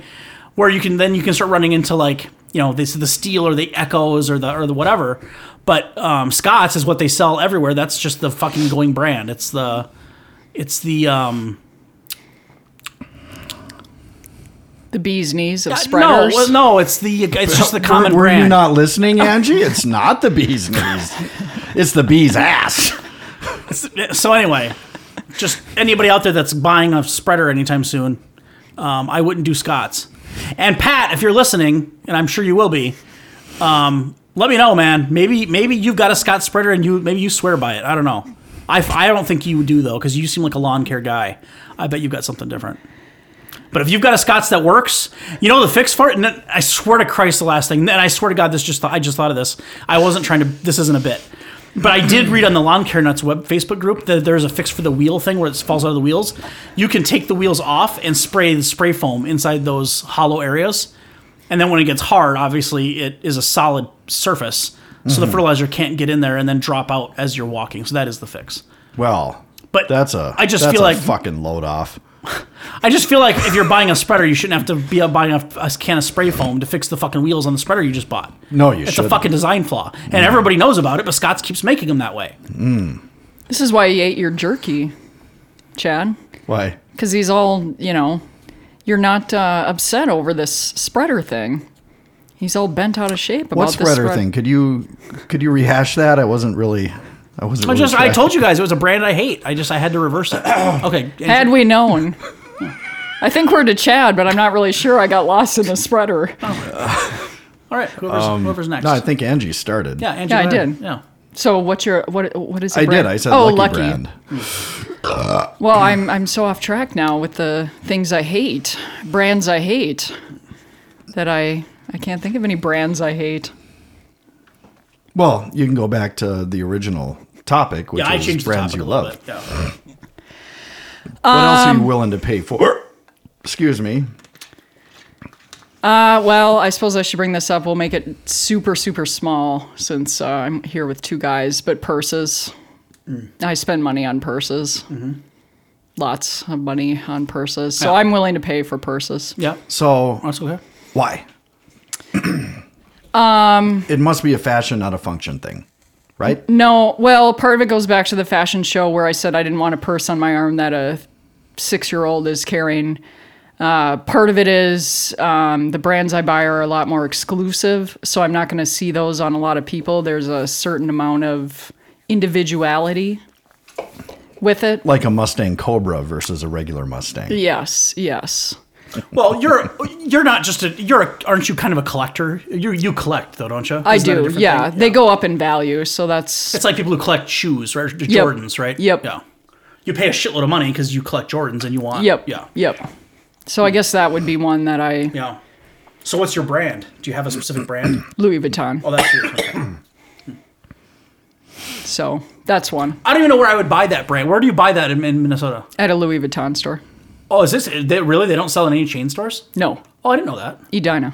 [SPEAKER 2] where you can then you can start running into like you know this the steel or the echoes or the or the whatever. But um, Scotts is what they sell everywhere. That's just the fucking going brand. It's the it's the um,
[SPEAKER 1] the bee's knees of
[SPEAKER 2] no
[SPEAKER 1] spreaders.
[SPEAKER 2] well, no it's the it's just the common
[SPEAKER 4] were, were
[SPEAKER 2] brand.
[SPEAKER 4] you not listening, Angie? It's not the bee's knees. it's the bee's ass.
[SPEAKER 2] so anyway, just anybody out there that's buying a spreader anytime soon, um, I wouldn't do Scott's. And Pat, if you're listening, and I'm sure you will be, um, let me know, man. Maybe maybe you've got a Scott spreader and you maybe you swear by it. I don't know. I, I don't think you do though, because you seem like a lawn care guy. I bet you've got something different. But if you've got a Scott's that works, you know the fix for it. And then- I swear to Christ, the last thing, and I swear to God, this just I just thought of this. I wasn't trying to. This isn't a bit. But I did read on the Lawn Care Nuts web Facebook group that there's a fix for the wheel thing where it falls out of the wheels. You can take the wheels off and spray the spray foam inside those hollow areas, and then when it gets hard, obviously it is a solid surface, so
[SPEAKER 4] Mm-hmm.
[SPEAKER 2] the fertilizer can't get in there and then drop out as you're walking. So that is the fix.
[SPEAKER 4] Well,
[SPEAKER 2] But
[SPEAKER 4] that's a.
[SPEAKER 2] I just
[SPEAKER 4] that's
[SPEAKER 2] feel
[SPEAKER 4] a
[SPEAKER 2] like-
[SPEAKER 4] fucking load off.
[SPEAKER 2] I just feel like if you're buying a spreader, you shouldn't have to be out buying a, a can of spray foam to fix the fucking wheels on the spreader you just bought.
[SPEAKER 3] No, you
[SPEAKER 2] it's
[SPEAKER 3] shouldn't.
[SPEAKER 2] a fucking design flaw,
[SPEAKER 4] Mm-hmm.
[SPEAKER 2] and everybody knows about it. But Scotts keeps making them that way.
[SPEAKER 1] This is why you ate your jerky, Chad.
[SPEAKER 3] Why?
[SPEAKER 1] Because he's all, you know, you're not uh, upset over this spreader thing. He's all bent out of shape about
[SPEAKER 3] What
[SPEAKER 1] this
[SPEAKER 3] spreader
[SPEAKER 1] spread-
[SPEAKER 3] thing? Could you could you rehash that? I wasn't really. I wasn't.
[SPEAKER 2] I
[SPEAKER 3] really
[SPEAKER 2] just I
[SPEAKER 3] tracking.
[SPEAKER 2] told you guys it was a brand I hate. I just I had to reverse it. okay,
[SPEAKER 1] Had we known. I think we're to Chad, but I'm not really sure. I got lost in the spreader.
[SPEAKER 2] all right. Whoever's, whoever's next.
[SPEAKER 3] No, I think Angie started.
[SPEAKER 2] yeah, Angie,
[SPEAKER 1] Yeah, I
[SPEAKER 2] go ahead.
[SPEAKER 1] did.
[SPEAKER 2] Yeah.
[SPEAKER 1] So what's your what? What is? the
[SPEAKER 3] I
[SPEAKER 1] brand?
[SPEAKER 3] did. I said
[SPEAKER 1] oh,
[SPEAKER 3] lucky,
[SPEAKER 1] lucky.
[SPEAKER 3] brand.
[SPEAKER 1] Well, I'm I'm so off track now with the things I hate, brands I hate, that I I can't think of any brands I hate.
[SPEAKER 3] Well, you can go back to the original topic, which
[SPEAKER 2] Yeah, I
[SPEAKER 3] is
[SPEAKER 2] changed the
[SPEAKER 3] brands
[SPEAKER 2] topic
[SPEAKER 3] you
[SPEAKER 2] a little
[SPEAKER 3] love.
[SPEAKER 2] bit. Yeah.
[SPEAKER 3] What else are you willing to pay for? Excuse me.
[SPEAKER 1] Uh, well, I suppose I should bring this up. We'll make it super super small since uh, I'm here with two guys. But purses, I spend money on purses. Lots of money on purses, so
[SPEAKER 2] Yeah.
[SPEAKER 1] I'm willing to pay for purses.
[SPEAKER 2] Yeah.
[SPEAKER 3] So
[SPEAKER 2] That's okay.
[SPEAKER 3] why? um, it must be a fashion, not a function thing, right?
[SPEAKER 1] No, well, part of it goes back to the fashion show where I said I didn't want a purse on my arm that a six year old is carrying. Uh, part of it is um, the brands I buy are a lot more exclusive, so I'm not going to see those on a lot of people. There's a certain amount of individuality with it.
[SPEAKER 3] Like a Mustang Cobra versus a regular Mustang.
[SPEAKER 1] Yes, yes.
[SPEAKER 2] Well, you're you're not just a you're a, aren't you kind of a collector? You you collect though, don't you?
[SPEAKER 1] I
[SPEAKER 2] Isn't that a
[SPEAKER 1] do,
[SPEAKER 2] different
[SPEAKER 1] yeah.
[SPEAKER 2] thing?
[SPEAKER 1] They go up in value, so that's
[SPEAKER 2] It's like people who collect shoes, right? The
[SPEAKER 1] Yep.
[SPEAKER 2] Jordans, right?
[SPEAKER 1] Yep.
[SPEAKER 2] Yeah. You pay a shitload of money because you collect Jordans and you want.
[SPEAKER 1] yep,
[SPEAKER 2] Yeah.
[SPEAKER 1] yep. So I guess that would be one that I
[SPEAKER 2] Yeah. So what's your brand? Do you have a specific brand?
[SPEAKER 1] Louis Vuitton.
[SPEAKER 2] Oh, that's yours. Okay.
[SPEAKER 1] So that's one
[SPEAKER 2] I don't even know where I would buy that brand. Where do you buy that in, in Minnesota?
[SPEAKER 1] at a Louis Vuitton store.
[SPEAKER 2] Oh, is this they, really? They don't sell in any chain stores?
[SPEAKER 1] No,
[SPEAKER 2] Oh, I didn't know that.
[SPEAKER 1] Edina.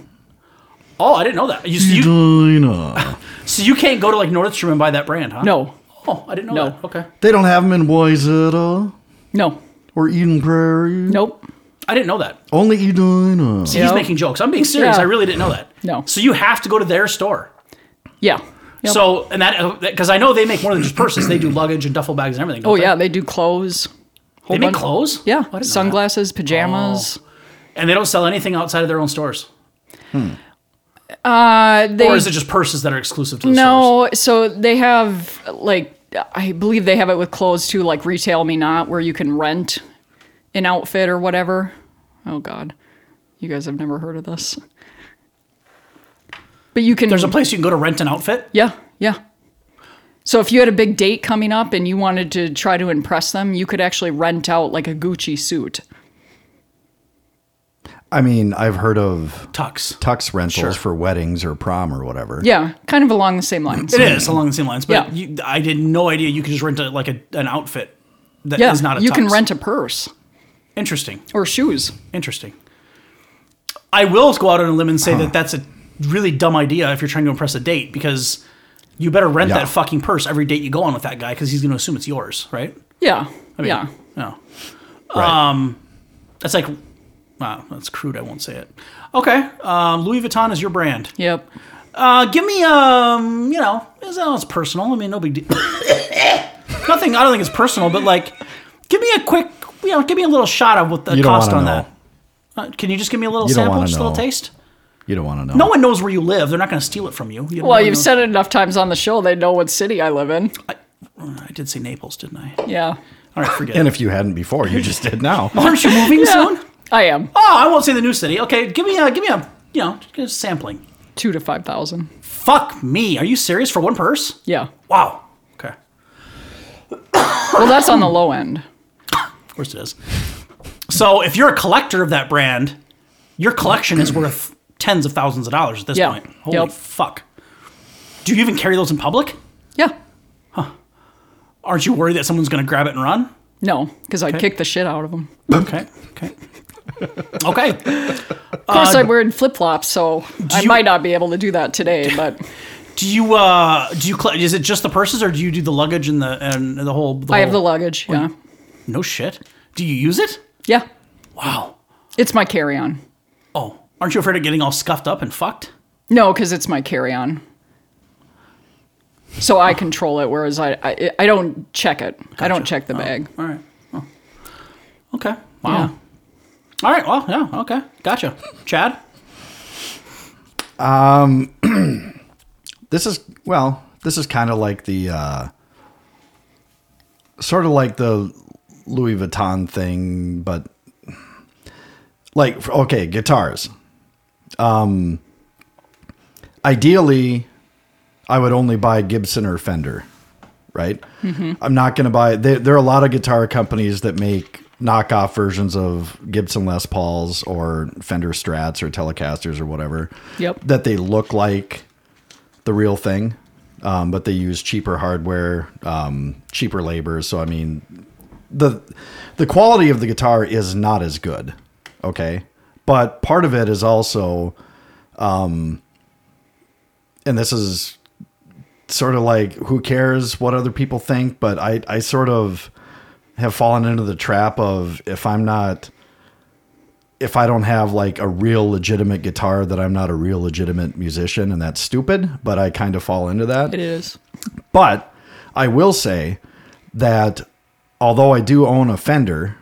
[SPEAKER 2] Oh, I didn't know that. You, so, you,
[SPEAKER 3] Edina.
[SPEAKER 2] so you can't go to like Nordstrom and buy that brand, huh?
[SPEAKER 1] No,
[SPEAKER 2] Oh, I didn't know
[SPEAKER 1] No.
[SPEAKER 2] that. Okay.
[SPEAKER 3] They don't have them in Wayzata
[SPEAKER 1] no,
[SPEAKER 3] or Eden Prairie.
[SPEAKER 1] nope.
[SPEAKER 2] I didn't know that.
[SPEAKER 3] Only Edina.
[SPEAKER 2] See, he's
[SPEAKER 1] No.
[SPEAKER 2] making jokes. I'm being serious.
[SPEAKER 1] Yeah.
[SPEAKER 2] I really didn't know that.
[SPEAKER 1] No.
[SPEAKER 2] So you have to go to their store.
[SPEAKER 1] Yeah. Yep.
[SPEAKER 2] So and that because I know they make more than just purses. they do luggage and duffel bags and everything.
[SPEAKER 1] oh
[SPEAKER 2] don't they?
[SPEAKER 1] yeah, they do clothes. Whole
[SPEAKER 2] They make
[SPEAKER 1] bunch-
[SPEAKER 2] clothes. I
[SPEAKER 1] Yeah,
[SPEAKER 2] didn't know that. Oh.
[SPEAKER 1] sunglasses, pajamas.
[SPEAKER 2] And they don't sell anything outside of their own stores,
[SPEAKER 1] Uh, they
[SPEAKER 2] or is it just purses that are exclusive to the stores?
[SPEAKER 1] no. So they have like I believe they have it with clothes too, like Retail Me Not, where you can rent an outfit or whatever. Oh God, you guys have never heard of this. But you can
[SPEAKER 2] There's a place you can go to rent an outfit.
[SPEAKER 1] Yeah, yeah. So if you had a big date coming up and you wanted to try to impress them, you could actually rent out like a Gucci suit.
[SPEAKER 3] I mean, I've heard of
[SPEAKER 2] Tux.
[SPEAKER 3] tux rentals for weddings or prom or whatever.
[SPEAKER 1] Yeah, kind of along the same lines.
[SPEAKER 2] It is along the same lines, but
[SPEAKER 1] Yeah.
[SPEAKER 2] you, I had no idea you could just rent a, like a, an outfit that is
[SPEAKER 1] Yeah,
[SPEAKER 2] not a.
[SPEAKER 1] you can
[SPEAKER 2] tux.
[SPEAKER 1] rent a purse
[SPEAKER 2] Interesting.
[SPEAKER 1] or shoes.
[SPEAKER 2] Interesting. I will go out on a limb and say that that's a really dumb idea if you're trying to impress a date because you better rent
[SPEAKER 3] Yeah.
[SPEAKER 2] that fucking purse every date you go on with that guy because he's going to assume it's yours, right?
[SPEAKER 1] Yeah, yeah.
[SPEAKER 2] No.
[SPEAKER 3] Right.
[SPEAKER 2] um, That's like, wow, that's crude. I won't say it. Okay. Um, Louis Vuitton is your brand.
[SPEAKER 1] Yep.
[SPEAKER 2] Uh, give me, um, you know, it's, well, it's personal. I mean, no big deal. Nothing, I don't think it's personal, but like, give me a quick, you know, give me a little shot of what the
[SPEAKER 3] You don't
[SPEAKER 2] cost
[SPEAKER 3] wanna
[SPEAKER 2] on
[SPEAKER 3] know.
[SPEAKER 2] that. Uh, can you just give me a little
[SPEAKER 3] You don't
[SPEAKER 2] sample,
[SPEAKER 3] wanna
[SPEAKER 2] just a little
[SPEAKER 3] know.
[SPEAKER 2] taste?
[SPEAKER 3] you don't want to know.
[SPEAKER 2] No one knows where you live. They're not going to steal it from you. You
[SPEAKER 1] Well,
[SPEAKER 2] don't
[SPEAKER 1] you've
[SPEAKER 2] know-
[SPEAKER 1] said it enough times on the show, they know what city I live in.
[SPEAKER 2] Uh, I did say Naples, didn't I?
[SPEAKER 1] Yeah.
[SPEAKER 2] All right, forget
[SPEAKER 3] And
[SPEAKER 2] it.
[SPEAKER 3] if you hadn't before, you just did now.
[SPEAKER 2] Aren't you moving soon?
[SPEAKER 1] I am.
[SPEAKER 2] Oh, I won't say the new city. Okay, give me a, give me a, you know, just a sampling.
[SPEAKER 1] Two to 5,000.
[SPEAKER 2] Fuck me. Are you serious for one purse?
[SPEAKER 1] Yeah.
[SPEAKER 2] Wow. Okay.
[SPEAKER 1] Well, that's on the low end.
[SPEAKER 2] Of course it is. So if you're a collector of that brand, your collection is worth tens of thousands of dollars at this
[SPEAKER 1] Yeah.
[SPEAKER 2] point. Holy
[SPEAKER 1] Yep.
[SPEAKER 2] fuck. Do you even carry those in public?
[SPEAKER 1] Yeah.
[SPEAKER 2] Aren't you worried that someone's going to grab it and run?
[SPEAKER 1] No, because I'd kick the shit out of them.
[SPEAKER 2] Okay. Okay. okay.
[SPEAKER 1] Of course, I'm wearing flip flops, so I
[SPEAKER 2] Uh, you-
[SPEAKER 1] might not be able to do that today, but.
[SPEAKER 2] Do you uh do you collect? Is it just the purses, or do you do the luggage and the and the whole?
[SPEAKER 1] I have the
[SPEAKER 2] whole-
[SPEAKER 1] luggage. Yeah.
[SPEAKER 2] No shit. Do you use it?
[SPEAKER 1] Yeah.
[SPEAKER 2] Wow.
[SPEAKER 1] It's my carry on.
[SPEAKER 2] Oh, aren't you afraid of getting all scuffed up and fucked?
[SPEAKER 1] No, because it's my carry on. So I control it, whereas I I, I don't check it. I don't
[SPEAKER 2] Gotcha.
[SPEAKER 1] check the bag.
[SPEAKER 2] All right. Oh. Okay. Wow. All right. Well, yeah. Okay. Gotcha. Chad.
[SPEAKER 3] This is well, this is kind of like the uh, sort of like the Louis Vuitton thing, but like okay, guitars. Um, ideally, I would only buy Gibson or Fender, right? I'm not going to buy. There, there are a lot of guitar companies that make knockoff versions of Gibson Les Pauls or Fender Strats or Telecasters or whatever.
[SPEAKER 1] Yep.
[SPEAKER 3] That they look like the real thing, um, but they use cheaper hardware, um, cheaper labor. So I mean, the the quality of the guitar is not as good. Okay, but part of it is also, um, and this is sort of like who cares what other people think, but I I sort of have fallen into the trap of if I'm not if I don't have like a real legitimate guitar that I'm not a real legitimate musician and that's stupid, but I kind of fall into that.
[SPEAKER 1] It is.
[SPEAKER 3] But I will say that although I do own a Fender,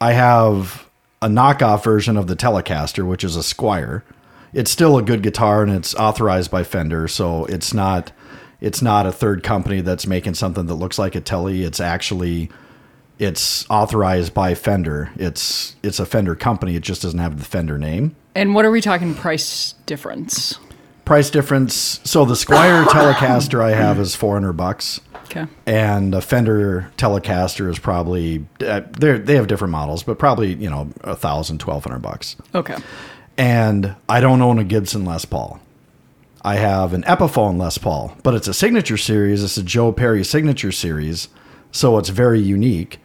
[SPEAKER 3] I have a knockoff version of the Telecaster, which is a Squire. It's still a good guitar and it's authorized by Fender, so it's not it's not a third company that's making something that looks like a Tele. It's actually it's authorized by Fender. It's it's a Fender company. It just doesn't have the Fender name
[SPEAKER 1] And what are we talking price difference?
[SPEAKER 3] price difference. So the Squire Telecaster I have is four hundred bucks,
[SPEAKER 1] Okay.
[SPEAKER 3] and the Fender Telecaster is probably uh, they they have different models, but probably you know a thousand, twelve hundred bucks.
[SPEAKER 1] Okay.
[SPEAKER 3] And I don't own a Gibson Les Paul. I have an Epiphone Les Paul, but it's a signature series. It's a Joe Perry signature series, so it's very unique,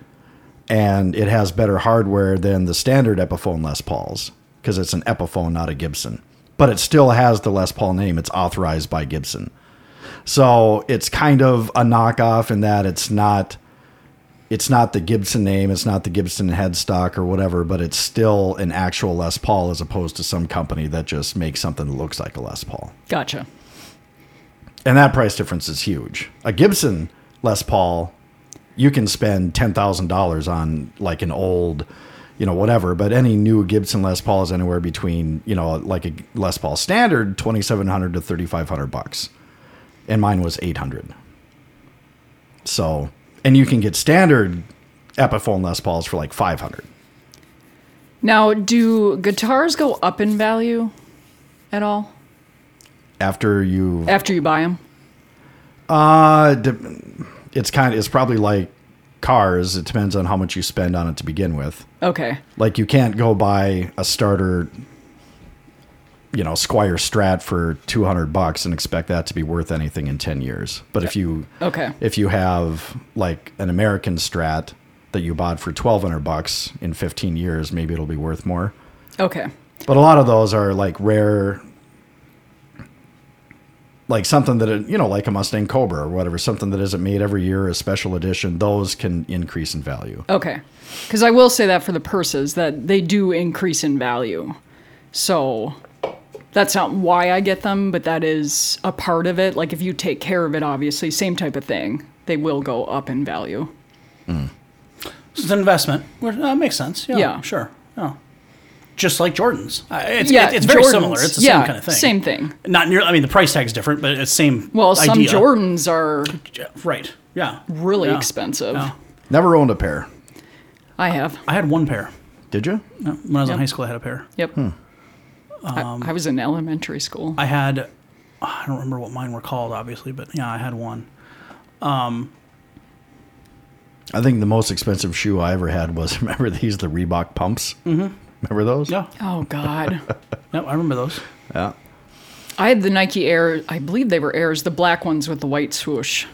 [SPEAKER 3] and it has better hardware than the standard Epiphone Les Pauls because it's an Epiphone, not a Gibson. But it still has the Les Paul name. It's authorized by Gibson, so it's kind of a knockoff in that it's not. It's not the Gibson name, it's not the Gibson headstock or whatever, but it's still an actual Les Paul as opposed to some company that just makes something that looks like a Les Paul
[SPEAKER 1] Gotcha.
[SPEAKER 3] and that price difference is huge. A Gibson Les Paul, you can spend ten thousand dollars on like an old, you know, whatever. But any new Gibson Les Paul is anywhere between you know like a Les Paul standard twenty seven hundred to thirty five hundred bucks, and mine was eight hundred. So, and you can get standard Epiphone Les Pauls for like five hundred.
[SPEAKER 1] Now, do guitars go up in value at all
[SPEAKER 3] After you,
[SPEAKER 1] after you buy them?
[SPEAKER 3] uh, de- it's kind of it's probably like cars. It depends on how much you spend on it to begin with.
[SPEAKER 1] Okay.
[SPEAKER 3] Like you can't go buy a starter, you know, Squire Strat for two hundred bucks and expect that to be worth anything in ten years. But if you
[SPEAKER 1] Okay.
[SPEAKER 3] if you have like an American Strat that you bought for twelve hundred bucks in fifteen years, maybe it'll be worth more.
[SPEAKER 1] Okay.
[SPEAKER 3] But a lot of those are like rare, like something that it- you know, like a Mustang Cobra or whatever, something that isn't made every year, a special edition. Those can increase in value.
[SPEAKER 1] Okay. Because I will say that for the purses, that they do increase in value. So that's not why I get them, but that is a part of it. Like if you take care of it, obviously, same type of thing, they will go up in value.
[SPEAKER 2] This is an investment. Well, that makes sense. Yeah.
[SPEAKER 1] Yeah.
[SPEAKER 2] Sure. Yeah. Just like Jordan's. Uh, It's,
[SPEAKER 1] yeah,
[SPEAKER 2] it's very
[SPEAKER 1] Jordans-
[SPEAKER 2] similar. It's the
[SPEAKER 1] yeah,
[SPEAKER 2] same kind of thing.
[SPEAKER 1] Same thing.
[SPEAKER 2] Not near. I mean, the price tag's different, but it's same.
[SPEAKER 1] Well, some
[SPEAKER 2] idea.
[SPEAKER 1] Jordans are
[SPEAKER 2] Yeah, Right. Yeah.
[SPEAKER 1] really
[SPEAKER 2] Yeah.
[SPEAKER 1] expensive.
[SPEAKER 2] Yeah.
[SPEAKER 3] Never owned a pair.
[SPEAKER 1] I have.
[SPEAKER 2] I had one pair.
[SPEAKER 3] Did you?
[SPEAKER 2] No, When I was in high school, I had a pair.
[SPEAKER 1] Yep. I- I, was in elementary school.
[SPEAKER 2] I had, I don't remember what mine were called, obviously, but yeah, I had one.
[SPEAKER 3] I think the most expensive shoe I ever had was remember these the Reebok pumps. Mm-hmm. Remember those?
[SPEAKER 2] Yeah.
[SPEAKER 1] oh God,
[SPEAKER 2] Yeah, I remember those.
[SPEAKER 1] I had the Nike Air. I believe they were Airs, the black ones with the white swoosh.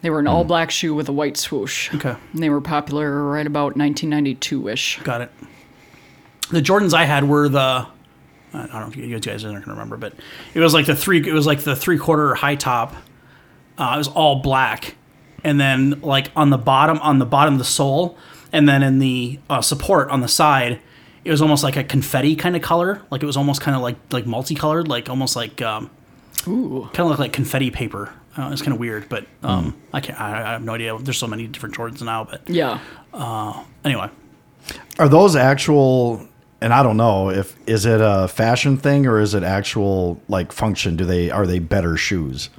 [SPEAKER 1] They were an all-black shoe with a white swoosh.
[SPEAKER 2] Hmm. Okay.
[SPEAKER 1] And they were popular right about 1992-ish.
[SPEAKER 2] Got it. The Jordans I had were the I don't know if you guys are not gonna remember, but it was like the three it was like the three quarter high top. Uh, it was all black, and then like on the bottom on the bottom of the sole, and then in the uh, support on the side, it was almost like a confetti kind of color. Like it was almost kind of like like multicolored, like almost like um, kind of looked like confetti paper. Uh, it's kind of weird, but um, I can't. I, I have no idea. There's so many different Jordans now, but
[SPEAKER 1] Yeah.
[SPEAKER 2] anyway,
[SPEAKER 3] Are those actual? And I don't know if is it a fashion thing or is it actual like function? Do they are they better shoes?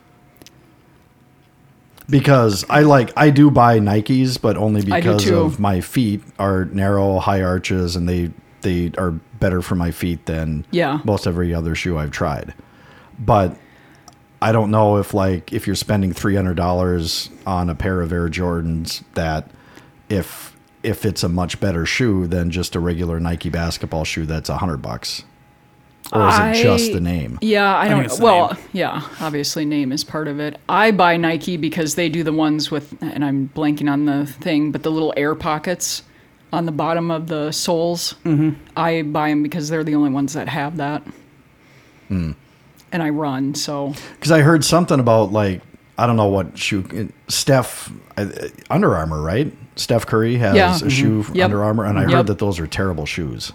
[SPEAKER 3] Because I like I do buy Nikes, but only
[SPEAKER 1] I do
[SPEAKER 3] because
[SPEAKER 1] too.
[SPEAKER 3] of my feet are narrow, high arches, and they they are better for my feet than
[SPEAKER 1] Yeah.
[SPEAKER 3] most every other shoe I've tried. But I don't know if like if you're spending three hundred dollars on a pair of Air Jordans that if if it's a much better shoe than just a regular Nike basketball shoe that's a hundred bucks. Or is it just
[SPEAKER 1] I-
[SPEAKER 3] the name?
[SPEAKER 1] Yeah, I
[SPEAKER 2] it's
[SPEAKER 1] don't.
[SPEAKER 2] the
[SPEAKER 1] Well,
[SPEAKER 2] name.
[SPEAKER 1] yeah, obviously name is part of it. I buy Nike because they do the ones with, and I'm blanking on the thing, but the little air pockets on the bottom of the soles. Mm-hmm. I buy them because they're the only ones that have that. And I run, so
[SPEAKER 3] Because I heard something about like I don't know what shoe Steph uh, Under Armour, right? Steph Curry has
[SPEAKER 1] Yeah. Mm-hmm.
[SPEAKER 3] a shoe
[SPEAKER 1] Yep.
[SPEAKER 3] Under Armour, and I heard
[SPEAKER 1] Yep.
[SPEAKER 3] that those are terrible shoes.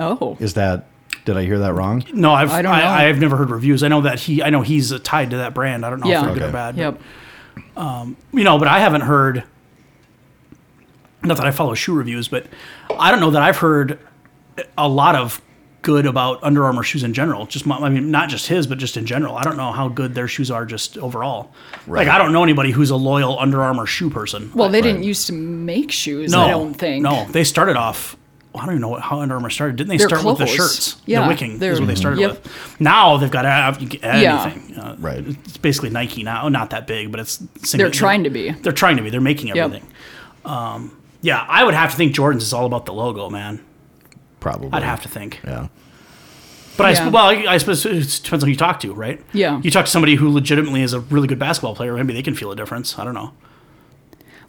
[SPEAKER 1] oh,
[SPEAKER 3] Is that did I hear that wrong?
[SPEAKER 2] no, I've I
[SPEAKER 1] I don't know.
[SPEAKER 2] I, have never heard reviews. I know that he, I know he's uh, tied to that brand. I don't know
[SPEAKER 1] Yeah.
[SPEAKER 2] if they're good
[SPEAKER 3] Okay.
[SPEAKER 2] or bad. but-
[SPEAKER 1] yep,
[SPEAKER 2] you know, but I haven't heard. Not that I follow shoe reviews, but I don't know that I've heard a lot of good about Under Armour shoes in general. Just my, I mean, not just his, but just in general. I don't know how good their shoes are just overall. Like I don't know anybody who's a loyal Under Armour shoe person.
[SPEAKER 1] Well, they didn't used to make shoes.
[SPEAKER 2] no,
[SPEAKER 1] I don't think.
[SPEAKER 2] No, they started off. I don't even know what, how Under Armour started. Didn't they
[SPEAKER 1] Their
[SPEAKER 2] start with the
[SPEAKER 1] clothes.
[SPEAKER 2] shirts?
[SPEAKER 1] Yeah,
[SPEAKER 2] the wicking
[SPEAKER 1] their-
[SPEAKER 2] is what they started
[SPEAKER 1] yep.
[SPEAKER 2] with. Now they've got to have you can add
[SPEAKER 1] Yeah.
[SPEAKER 2] anything. Uh,
[SPEAKER 3] Right.
[SPEAKER 2] It's basically Nike now. Not that big, but it's
[SPEAKER 1] They're trying to be.
[SPEAKER 2] they're trying to be. They're making everything. Um, yeah, I would have to think Jordan's is all about the logo, man.
[SPEAKER 3] Probably.
[SPEAKER 2] I'd have to think.
[SPEAKER 3] Yeah.
[SPEAKER 2] But I
[SPEAKER 1] Yeah.
[SPEAKER 2] I, well, I, I suppose it depends on who you talk to, right?
[SPEAKER 1] Yeah.
[SPEAKER 2] You talk to somebody who legitimately is a really good basketball player, maybe they can feel a difference. I don't know.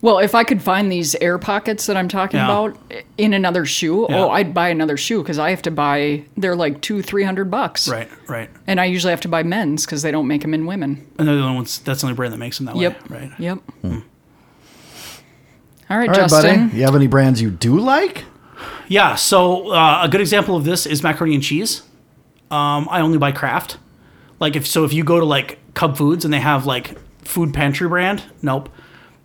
[SPEAKER 1] Well, if I could find these air pockets that I'm talking
[SPEAKER 2] Yeah.
[SPEAKER 1] about in another shoe,
[SPEAKER 2] Yeah.
[SPEAKER 1] oh, I'd buy another shoe because I have to buy. They're like two, three hundred bucks.
[SPEAKER 2] Right, right.
[SPEAKER 1] And I usually have to buy men's because they don't make them in women.
[SPEAKER 2] And they're the only ones. That's the only brand that makes them that
[SPEAKER 1] Yep.
[SPEAKER 2] way. Right. Hmm.
[SPEAKER 1] Yep. All right,
[SPEAKER 3] All right,
[SPEAKER 1] Justin.
[SPEAKER 3] buddy. You have any brands you do like?
[SPEAKER 2] Yeah. So uh, a good example of this is macaroni and cheese. Um, I only buy Kraft. Like if so, if you go to like Cub Foods and they have like food pantry brand, nope.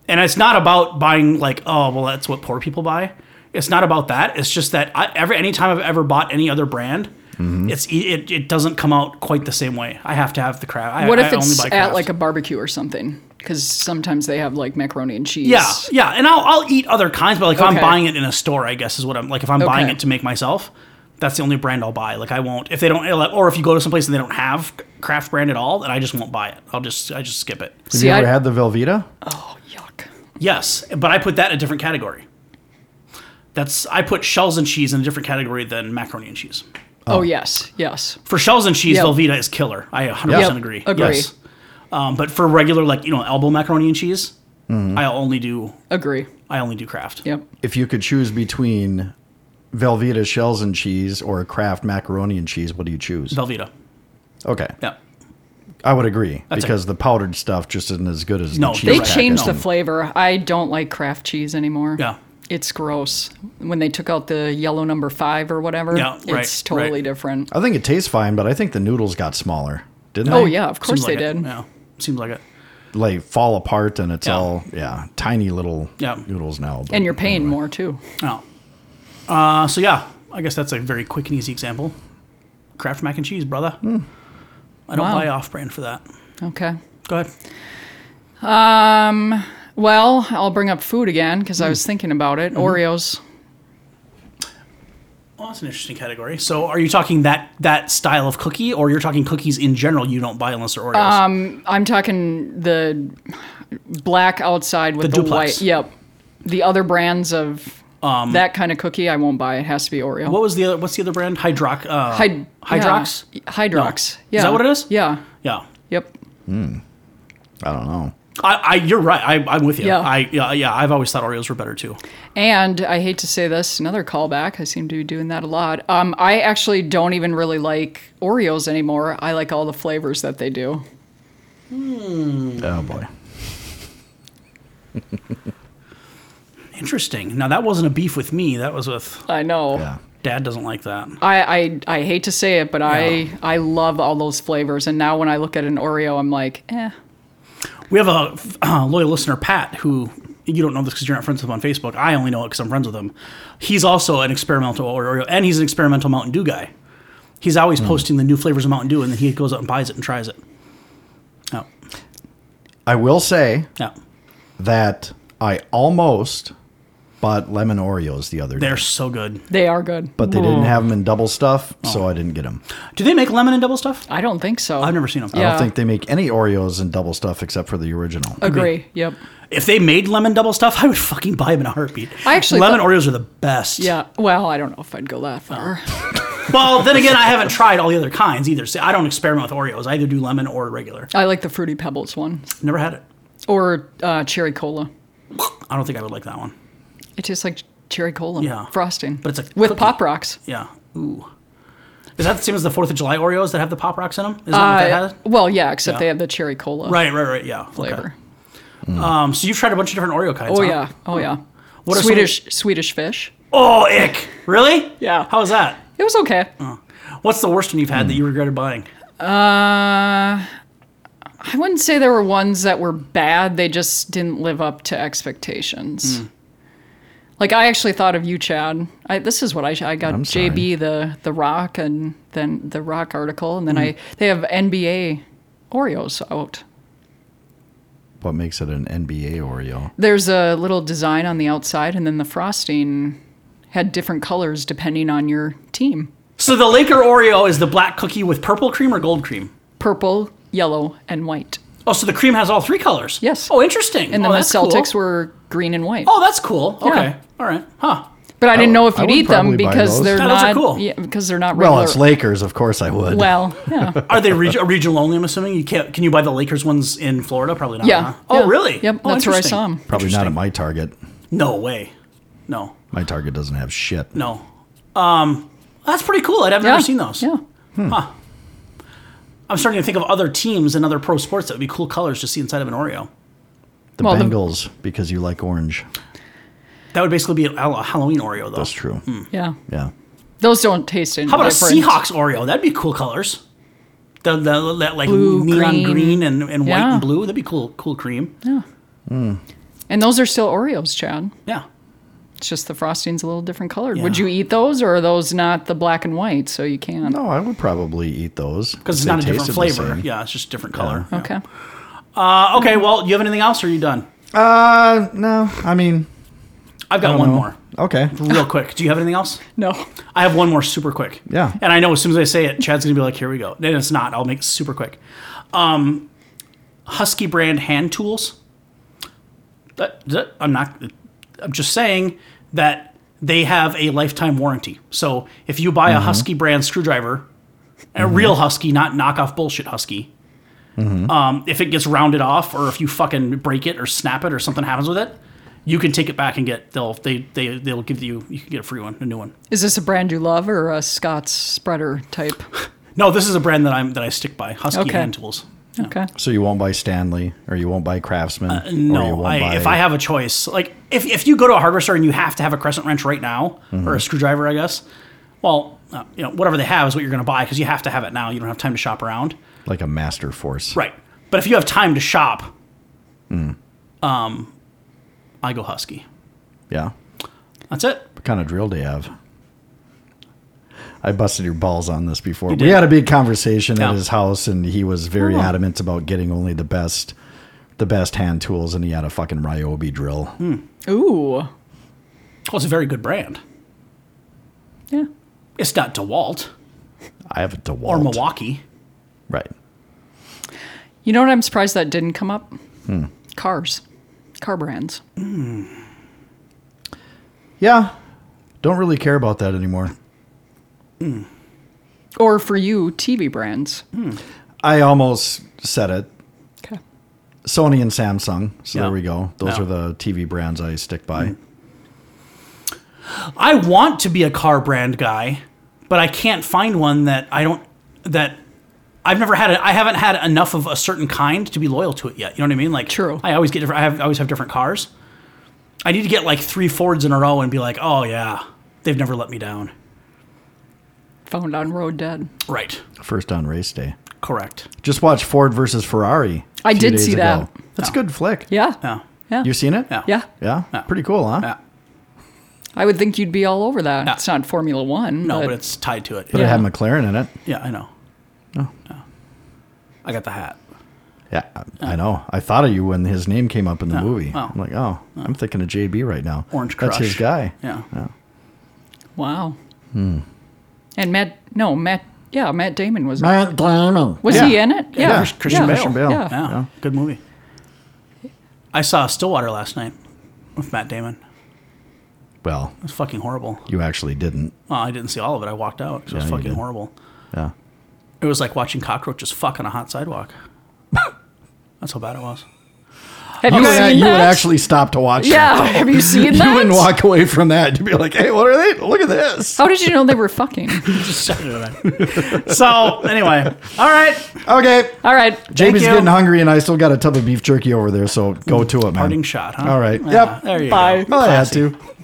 [SPEAKER 2] And it's not about buying like oh well that's what poor people buy. It's not about that. It's just that I, every any time I've ever bought any other brand, it's e- it, it doesn't come out quite the same way. I have to have the Kraft. I,
[SPEAKER 1] What
[SPEAKER 2] I
[SPEAKER 1] if
[SPEAKER 2] only
[SPEAKER 1] it's
[SPEAKER 2] buy
[SPEAKER 1] at
[SPEAKER 2] Kraft.
[SPEAKER 1] like a barbecue or something? Because sometimes they have like macaroni and cheese.
[SPEAKER 2] Yeah, yeah, and I'll, I'll eat other kinds, but like if I'm
[SPEAKER 1] Okay.
[SPEAKER 2] buying it in a store, I guess is what I'm like. If I'm buying
[SPEAKER 1] Okay.
[SPEAKER 2] it to make myself, that's the only brand I'll buy. Like I won't if they don't, or if you go to someplace and they don't have craft brand at all, then I just won't buy it. I'll just I just skip it.
[SPEAKER 3] Have
[SPEAKER 1] See,
[SPEAKER 3] you ever
[SPEAKER 1] I- Oh,
[SPEAKER 3] had the Velveeta?
[SPEAKER 1] Yuck.
[SPEAKER 2] Yes, but I put that in a different category. That's I put shells and cheese in a different category than macaroni and cheese.
[SPEAKER 1] Oh, yes, yes.
[SPEAKER 2] For shells and cheese,
[SPEAKER 1] Yep.
[SPEAKER 2] Velveeta is killer. I 100%
[SPEAKER 3] Yep,
[SPEAKER 2] agree.
[SPEAKER 1] agree.
[SPEAKER 2] Yes. Um, but for regular like you know elbow macaroni and cheese,
[SPEAKER 1] Mm-hmm.
[SPEAKER 2] I only do
[SPEAKER 1] Agree.
[SPEAKER 2] I only do craft.
[SPEAKER 1] Yep.
[SPEAKER 3] If you could choose between Velveeta shells and cheese or a Kraft macaroni and cheese, what do you choose?
[SPEAKER 2] Velveeta.
[SPEAKER 3] Okay.
[SPEAKER 2] Yeah.
[SPEAKER 3] I would agree
[SPEAKER 2] That's
[SPEAKER 3] because the powdered stuff just isn't as good as
[SPEAKER 2] No,
[SPEAKER 3] the cheese.
[SPEAKER 1] They
[SPEAKER 2] right.
[SPEAKER 1] changed
[SPEAKER 2] No.
[SPEAKER 1] the flavor. I don't like Kraft cheese anymore.
[SPEAKER 2] Yeah.
[SPEAKER 1] It's gross. When they took out the yellow number five or whatever,
[SPEAKER 2] Yeah, right,
[SPEAKER 1] it's totally
[SPEAKER 2] right.
[SPEAKER 1] different.
[SPEAKER 3] I think it tastes fine, but I think the noodles got smaller, didn't
[SPEAKER 1] Oh,
[SPEAKER 3] they?
[SPEAKER 1] yeah, of course
[SPEAKER 2] Seems
[SPEAKER 1] they
[SPEAKER 2] like it.
[SPEAKER 1] did.
[SPEAKER 2] Yeah, seems like it.
[SPEAKER 3] Like fall apart and it's
[SPEAKER 2] Yeah.
[SPEAKER 3] all yeah tiny little
[SPEAKER 2] Yeah.
[SPEAKER 3] noodles now. but
[SPEAKER 1] And you're paying more too.
[SPEAKER 2] Oh, uh, so yeah, I guess that's a very quick and easy example. Kraft mac and cheese, brother. I don't
[SPEAKER 1] Hmm. Wow.
[SPEAKER 2] buy off-brand for that.
[SPEAKER 1] Okay.
[SPEAKER 2] Go ahead.
[SPEAKER 1] Well, I'll bring up food again because I was thinking about it. Oreos.
[SPEAKER 2] Well, that's an interesting category. So, are you talking that that style of cookie, or you're talking cookies in general? You don't buy unless they're Oreos.
[SPEAKER 1] Um, I'm talking the black outside with
[SPEAKER 2] The
[SPEAKER 1] the,
[SPEAKER 2] duplex. Um,
[SPEAKER 1] white. Yep. The other brands of that kind of cookie, I won't buy. It has to be Oreo.
[SPEAKER 2] what was the other? What's the other brand? Hydrox. Uh,
[SPEAKER 1] Hyd-
[SPEAKER 2] Hydrox.
[SPEAKER 1] Yeah. Hydrox. Yeah.
[SPEAKER 2] that what it is?
[SPEAKER 1] Yeah.
[SPEAKER 2] Yeah.
[SPEAKER 1] Yep.
[SPEAKER 3] I don't know.
[SPEAKER 2] I, I, you're right. I, I'm with you.
[SPEAKER 1] Yeah.
[SPEAKER 2] I, yeah, yeah. I've always thought Oreos were better too.
[SPEAKER 1] And I hate to say this, another callback. I seem to be doing that a lot. Um, I actually don't even really like Oreos anymore. I like all the flavors that they do.
[SPEAKER 3] Oh boy.
[SPEAKER 2] Interesting. Now that wasn't a beef with me. That was with
[SPEAKER 1] I know.
[SPEAKER 2] Dad. Doesn't like that.
[SPEAKER 1] I, I I hate to say it, but I I love all those flavors. And now when I look at an Oreo, I'm like, eh.
[SPEAKER 2] We have a uh, loyal listener, Pat, who you don't know this because you're not friends with him on Facebook. I only know it because I'm friends with him. He's also an experimental Oreo, and he's an experimental Mountain Dew guy. He's always posting the new flavors of Mountain Dew, and then he goes out and buys it and tries it. Oh,
[SPEAKER 3] I will say
[SPEAKER 2] yeah,
[SPEAKER 3] that I almost bought lemon Oreos the other day,
[SPEAKER 2] they're so good.
[SPEAKER 1] They are good.
[SPEAKER 3] but they didn't have them in double stuff, so I didn't get them.
[SPEAKER 2] Do they make lemon and double stuff?
[SPEAKER 1] I don't think so.
[SPEAKER 2] I've never seen them.
[SPEAKER 3] I
[SPEAKER 1] Yeah.
[SPEAKER 3] don't think they make any Oreos in double stuff except for the original.
[SPEAKER 2] Uh,
[SPEAKER 1] agree. Yep.
[SPEAKER 2] If they made lemon double stuff, I would fucking buy them in a heartbeat.
[SPEAKER 1] I actually
[SPEAKER 2] lemon
[SPEAKER 1] thought-
[SPEAKER 2] Oreos are the best.
[SPEAKER 1] Yeah. Well, I don't know if I'd go that far.
[SPEAKER 2] Oh. Well, then again, I haven't tried all the other kinds either. So I don't experiment with Oreos. I either do lemon or regular.
[SPEAKER 1] I like the fruity pebbles one
[SPEAKER 2] Never had it.
[SPEAKER 1] or uh, cherry cola.
[SPEAKER 2] I don't think I would like that one.
[SPEAKER 1] It tastes like cherry cola
[SPEAKER 2] Yeah.
[SPEAKER 1] frosting,
[SPEAKER 2] But it's a
[SPEAKER 1] with
[SPEAKER 2] cookie.
[SPEAKER 1] pop rocks.
[SPEAKER 2] Yeah. Ooh. Is that the same as the Fourth of July Oreos that have the pop rocks in them? Is that what that
[SPEAKER 1] Uh,
[SPEAKER 2] has?
[SPEAKER 1] well, yeah, except
[SPEAKER 2] Yeah.
[SPEAKER 1] they have the cherry cola
[SPEAKER 2] Right, right, right. Yeah.
[SPEAKER 1] flavor.
[SPEAKER 2] Okay. Um, so you've tried a bunch of different Oreo kinds.
[SPEAKER 1] Oh
[SPEAKER 2] huh?
[SPEAKER 1] yeah. Oh yeah.
[SPEAKER 2] What are some-
[SPEAKER 1] Swedish Swedish fish.
[SPEAKER 2] Oh, ick. Really?
[SPEAKER 1] Yeah.
[SPEAKER 2] How was that?
[SPEAKER 1] It was okay.
[SPEAKER 2] Oh. What's the worst one you've had that you regretted buying?
[SPEAKER 1] Uh, I wouldn't say there were ones that were bad. They just didn't live up to
[SPEAKER 2] Hmm.
[SPEAKER 1] expectations. Like I actually thought of you, Chad. I, this is what I, sh- I got.
[SPEAKER 3] I'm sorry.
[SPEAKER 1] JB the the Rock and then the Rock article, and then
[SPEAKER 2] Hmm.
[SPEAKER 1] I they have NBA Oreos out.
[SPEAKER 3] What makes it an NBA Oreo?
[SPEAKER 1] There's a little design on the outside, and then the frosting had different colors depending on your team:
[SPEAKER 2] So the Laker Oreo is the black cookie with purple cream or gold cream?
[SPEAKER 1] purple, yellow, and white.
[SPEAKER 2] Oh, so the cream has all three colors.
[SPEAKER 1] Yes.
[SPEAKER 2] Oh, interesting.
[SPEAKER 1] And
[SPEAKER 2] oh,
[SPEAKER 1] then the
[SPEAKER 2] that's cool.
[SPEAKER 1] Celtics were green and white.
[SPEAKER 2] Oh, that's cool. Okay.
[SPEAKER 1] Yeah.
[SPEAKER 2] All right. Huh.
[SPEAKER 1] But I didn't know if
[SPEAKER 3] I
[SPEAKER 1] you'd
[SPEAKER 3] would
[SPEAKER 1] eat them
[SPEAKER 3] probably buy
[SPEAKER 1] because
[SPEAKER 3] those.
[SPEAKER 1] they're
[SPEAKER 2] Yeah, those are
[SPEAKER 1] not
[SPEAKER 2] cool.
[SPEAKER 1] yeah, because they're not regular.
[SPEAKER 3] Well, it's Lakers, of course I would.
[SPEAKER 1] Well, yeah.
[SPEAKER 2] Are they reg- regional only? I'm assuming you can't. Can you buy the Lakers ones in Florida? Probably not.
[SPEAKER 1] Yeah.
[SPEAKER 2] huh? Oh,
[SPEAKER 1] yeah.
[SPEAKER 2] really?
[SPEAKER 1] Yep,
[SPEAKER 2] Oh,
[SPEAKER 1] that's where I
[SPEAKER 2] interesting.
[SPEAKER 1] saw them.
[SPEAKER 3] Probably not at my Target.
[SPEAKER 2] No way. No.
[SPEAKER 3] My Target doesn't have shit.
[SPEAKER 2] No. Um, that's pretty cool. I've
[SPEAKER 1] yeah.
[SPEAKER 2] never seen those.
[SPEAKER 1] Yeah.
[SPEAKER 2] I'm starting to think of other teams and other pro sports that would be cool colors to see inside of an Oreo.
[SPEAKER 3] The
[SPEAKER 1] Well, the-
[SPEAKER 3] Bengals, because you like orange.
[SPEAKER 2] That would basically be a a Halloween Oreo, though.
[SPEAKER 3] That's true.
[SPEAKER 2] Hmm.
[SPEAKER 1] Yeah.
[SPEAKER 3] Yeah.
[SPEAKER 1] Those don't taste any
[SPEAKER 2] How about
[SPEAKER 1] different.
[SPEAKER 2] a Seahawks Oreo? That'd be cool colors. The, the that like
[SPEAKER 1] Blue,
[SPEAKER 2] neon green,
[SPEAKER 1] green.
[SPEAKER 2] and, and white
[SPEAKER 1] Yeah.
[SPEAKER 2] and blue. That'd be cool. Cool cream. Yeah.
[SPEAKER 1] And those are still Oreos, Chad. It's just the frosting's a little different colored. Would
[SPEAKER 2] Yeah.
[SPEAKER 1] you eat those or are those not the black and white so you can't?
[SPEAKER 3] No, Oh, I would probably eat those.
[SPEAKER 2] Because it's
[SPEAKER 3] They
[SPEAKER 2] not a different
[SPEAKER 3] tasted the
[SPEAKER 2] flavor.
[SPEAKER 3] same.
[SPEAKER 2] Yeah, it's just a different color. Yeah.
[SPEAKER 1] Okay.
[SPEAKER 2] Uh, okay. Well, you have anything else? or Are you done?
[SPEAKER 3] Uh, no, I mean,
[SPEAKER 2] I've got one more.
[SPEAKER 3] okay.
[SPEAKER 2] Real quick. Do you have anything else?
[SPEAKER 1] No.
[SPEAKER 2] I have one more super quick.
[SPEAKER 3] Yeah.
[SPEAKER 2] And I know as soon as I say it, Chad's gonna be like, "Here we go." Then it's not. I'll make it super quick. Um, Husky brand hand tools. That, that- I'm not. I'm just saying that they have a lifetime warranty. So if you buy a Husky brand screwdriver, a real Husky, not knockoff bullshit Husky. Um, if it gets rounded off, or if you fucking break it, or snap it, or something happens with it, you can take it back and get they'll they they they'll give you you can get a free one, a new one.
[SPEAKER 1] Is this a brand you love or a Scott's spreader type?
[SPEAKER 2] No, this is a brand that I'm that I stick by. Husky
[SPEAKER 1] Okay.
[SPEAKER 2] hand tools.
[SPEAKER 1] Okay.
[SPEAKER 3] So you won't buy Stanley, or you won't buy Craftsman, or Oh, you
[SPEAKER 2] Uh, No,
[SPEAKER 3] won't
[SPEAKER 2] I,
[SPEAKER 3] buy
[SPEAKER 2] if I have a choice, like if, if you go to a hardware store and you have to have a crescent wrench right now
[SPEAKER 3] Mm-hmm.
[SPEAKER 2] or a screwdriver, I guess. Well, uh, you know whatever they have is what you're going to buy because you have to have it now. You don't have time to shop around.
[SPEAKER 3] like a Master Force.
[SPEAKER 2] Right. But if you have time to shop, um,
[SPEAKER 3] Mm.
[SPEAKER 2] I go Husky.
[SPEAKER 3] Yeah.
[SPEAKER 2] That's it.
[SPEAKER 3] What kind of drill do you have? I busted your balls on this before. We
[SPEAKER 2] did.
[SPEAKER 3] had a big conversation
[SPEAKER 2] Yeah.
[SPEAKER 3] at his house, and he was very adamant about getting only the best, the best hand tools, and he had a fucking Ryobi drill.
[SPEAKER 2] Well,
[SPEAKER 1] Ooh.
[SPEAKER 2] it's a very good brand.
[SPEAKER 1] Yeah.
[SPEAKER 2] It's not DeWalt
[SPEAKER 3] I have a DeWalt.
[SPEAKER 2] or Milwaukee.
[SPEAKER 3] Right.
[SPEAKER 1] You know what I'm surprised that didn't come up?
[SPEAKER 3] Hmm.
[SPEAKER 1] Cars. Car brands.
[SPEAKER 3] Yeah. Don't really care about that anymore.
[SPEAKER 1] Or for you, TV brands.
[SPEAKER 3] I almost said it.
[SPEAKER 1] Okay.
[SPEAKER 3] Sony and Samsung. So
[SPEAKER 2] Yeah.
[SPEAKER 3] there we go. Those
[SPEAKER 2] Yeah.
[SPEAKER 3] are the TV brands I stick by.
[SPEAKER 2] I want to be a car brand guy, but I can't find one that I don't that I've never had. A, I haven't had enough of a certain kind to be loyal to it yet. You know what I mean? Like,
[SPEAKER 1] True.
[SPEAKER 2] I always get different. I have, always have different cars. I need to get like three Fords in a row and be like, oh yeah, they've never let me down.
[SPEAKER 1] Found on road dead.
[SPEAKER 2] Right.
[SPEAKER 3] First on race day.
[SPEAKER 2] Correct.
[SPEAKER 3] Just watch Ford versus Ferrari.
[SPEAKER 1] I
[SPEAKER 3] a few
[SPEAKER 1] did
[SPEAKER 3] days
[SPEAKER 1] see that.
[SPEAKER 3] That's a good flick.
[SPEAKER 1] Yeah.
[SPEAKER 2] Yeah.
[SPEAKER 1] Yeah.
[SPEAKER 3] You seen it?
[SPEAKER 2] Yeah.
[SPEAKER 1] yeah.
[SPEAKER 3] Yeah. Pretty cool, huh?
[SPEAKER 2] Yeah.
[SPEAKER 1] I would think you'd be all over that.
[SPEAKER 2] Yeah.
[SPEAKER 1] It's not Formula One.
[SPEAKER 2] No, but it's tied to it.
[SPEAKER 3] But
[SPEAKER 2] Yeah. Oh.
[SPEAKER 3] it had McLaren in it.
[SPEAKER 2] I know. Yeah. I got the hat.
[SPEAKER 3] Yeah, I- I know. I thought of you when his name came up in the movie.
[SPEAKER 2] oh.
[SPEAKER 3] I'm like, oh, I'm thinking of JB right now.
[SPEAKER 2] Orange
[SPEAKER 3] That's his
[SPEAKER 2] Crush.
[SPEAKER 3] guy.
[SPEAKER 2] Yeah.
[SPEAKER 1] wow.
[SPEAKER 3] Hmm.
[SPEAKER 1] And Matt, no, Matt, yeah, Matt Damon was.
[SPEAKER 3] Matt Damon.
[SPEAKER 1] was
[SPEAKER 3] yeah.
[SPEAKER 1] he in it? Yeah.
[SPEAKER 2] Chris- Christian
[SPEAKER 1] yeah.
[SPEAKER 2] Bale.
[SPEAKER 3] Bale.
[SPEAKER 1] Yeah.
[SPEAKER 2] Yeah. Good movie. I saw Stillwater last night with Matt Damon. It
[SPEAKER 3] Well,
[SPEAKER 2] was fucking horrible.
[SPEAKER 3] you actually didn't.
[SPEAKER 2] Well, I didn't see all of it. I walked out. 'cause It
[SPEAKER 3] Yeah,
[SPEAKER 2] was
[SPEAKER 3] you
[SPEAKER 2] fucking
[SPEAKER 3] did.
[SPEAKER 2] horrible.
[SPEAKER 3] Yeah.
[SPEAKER 2] It was like watching cockroaches fuck on a hot sidewalk. That's how bad it was.
[SPEAKER 1] Have you
[SPEAKER 3] You,
[SPEAKER 1] seen
[SPEAKER 3] would, you would
[SPEAKER 1] Oh, that?
[SPEAKER 3] actually stop to watch
[SPEAKER 1] Yeah.
[SPEAKER 3] that.
[SPEAKER 1] Have you seen that?
[SPEAKER 3] You wouldn't walk away from that. You'd be like, hey, what are they? Look at this.
[SPEAKER 1] How did you know they were fucking?
[SPEAKER 2] so anyway, all right.
[SPEAKER 3] Okay.
[SPEAKER 1] All right.
[SPEAKER 3] JB's
[SPEAKER 2] you.
[SPEAKER 3] getting hungry, and I still got a tub of beef jerky over there, so go to it, man.
[SPEAKER 2] Parting shot, huh?
[SPEAKER 3] All right.
[SPEAKER 2] Yeah,
[SPEAKER 3] Yep.
[SPEAKER 2] There you
[SPEAKER 1] Bye.
[SPEAKER 2] go.
[SPEAKER 3] Well, I had to.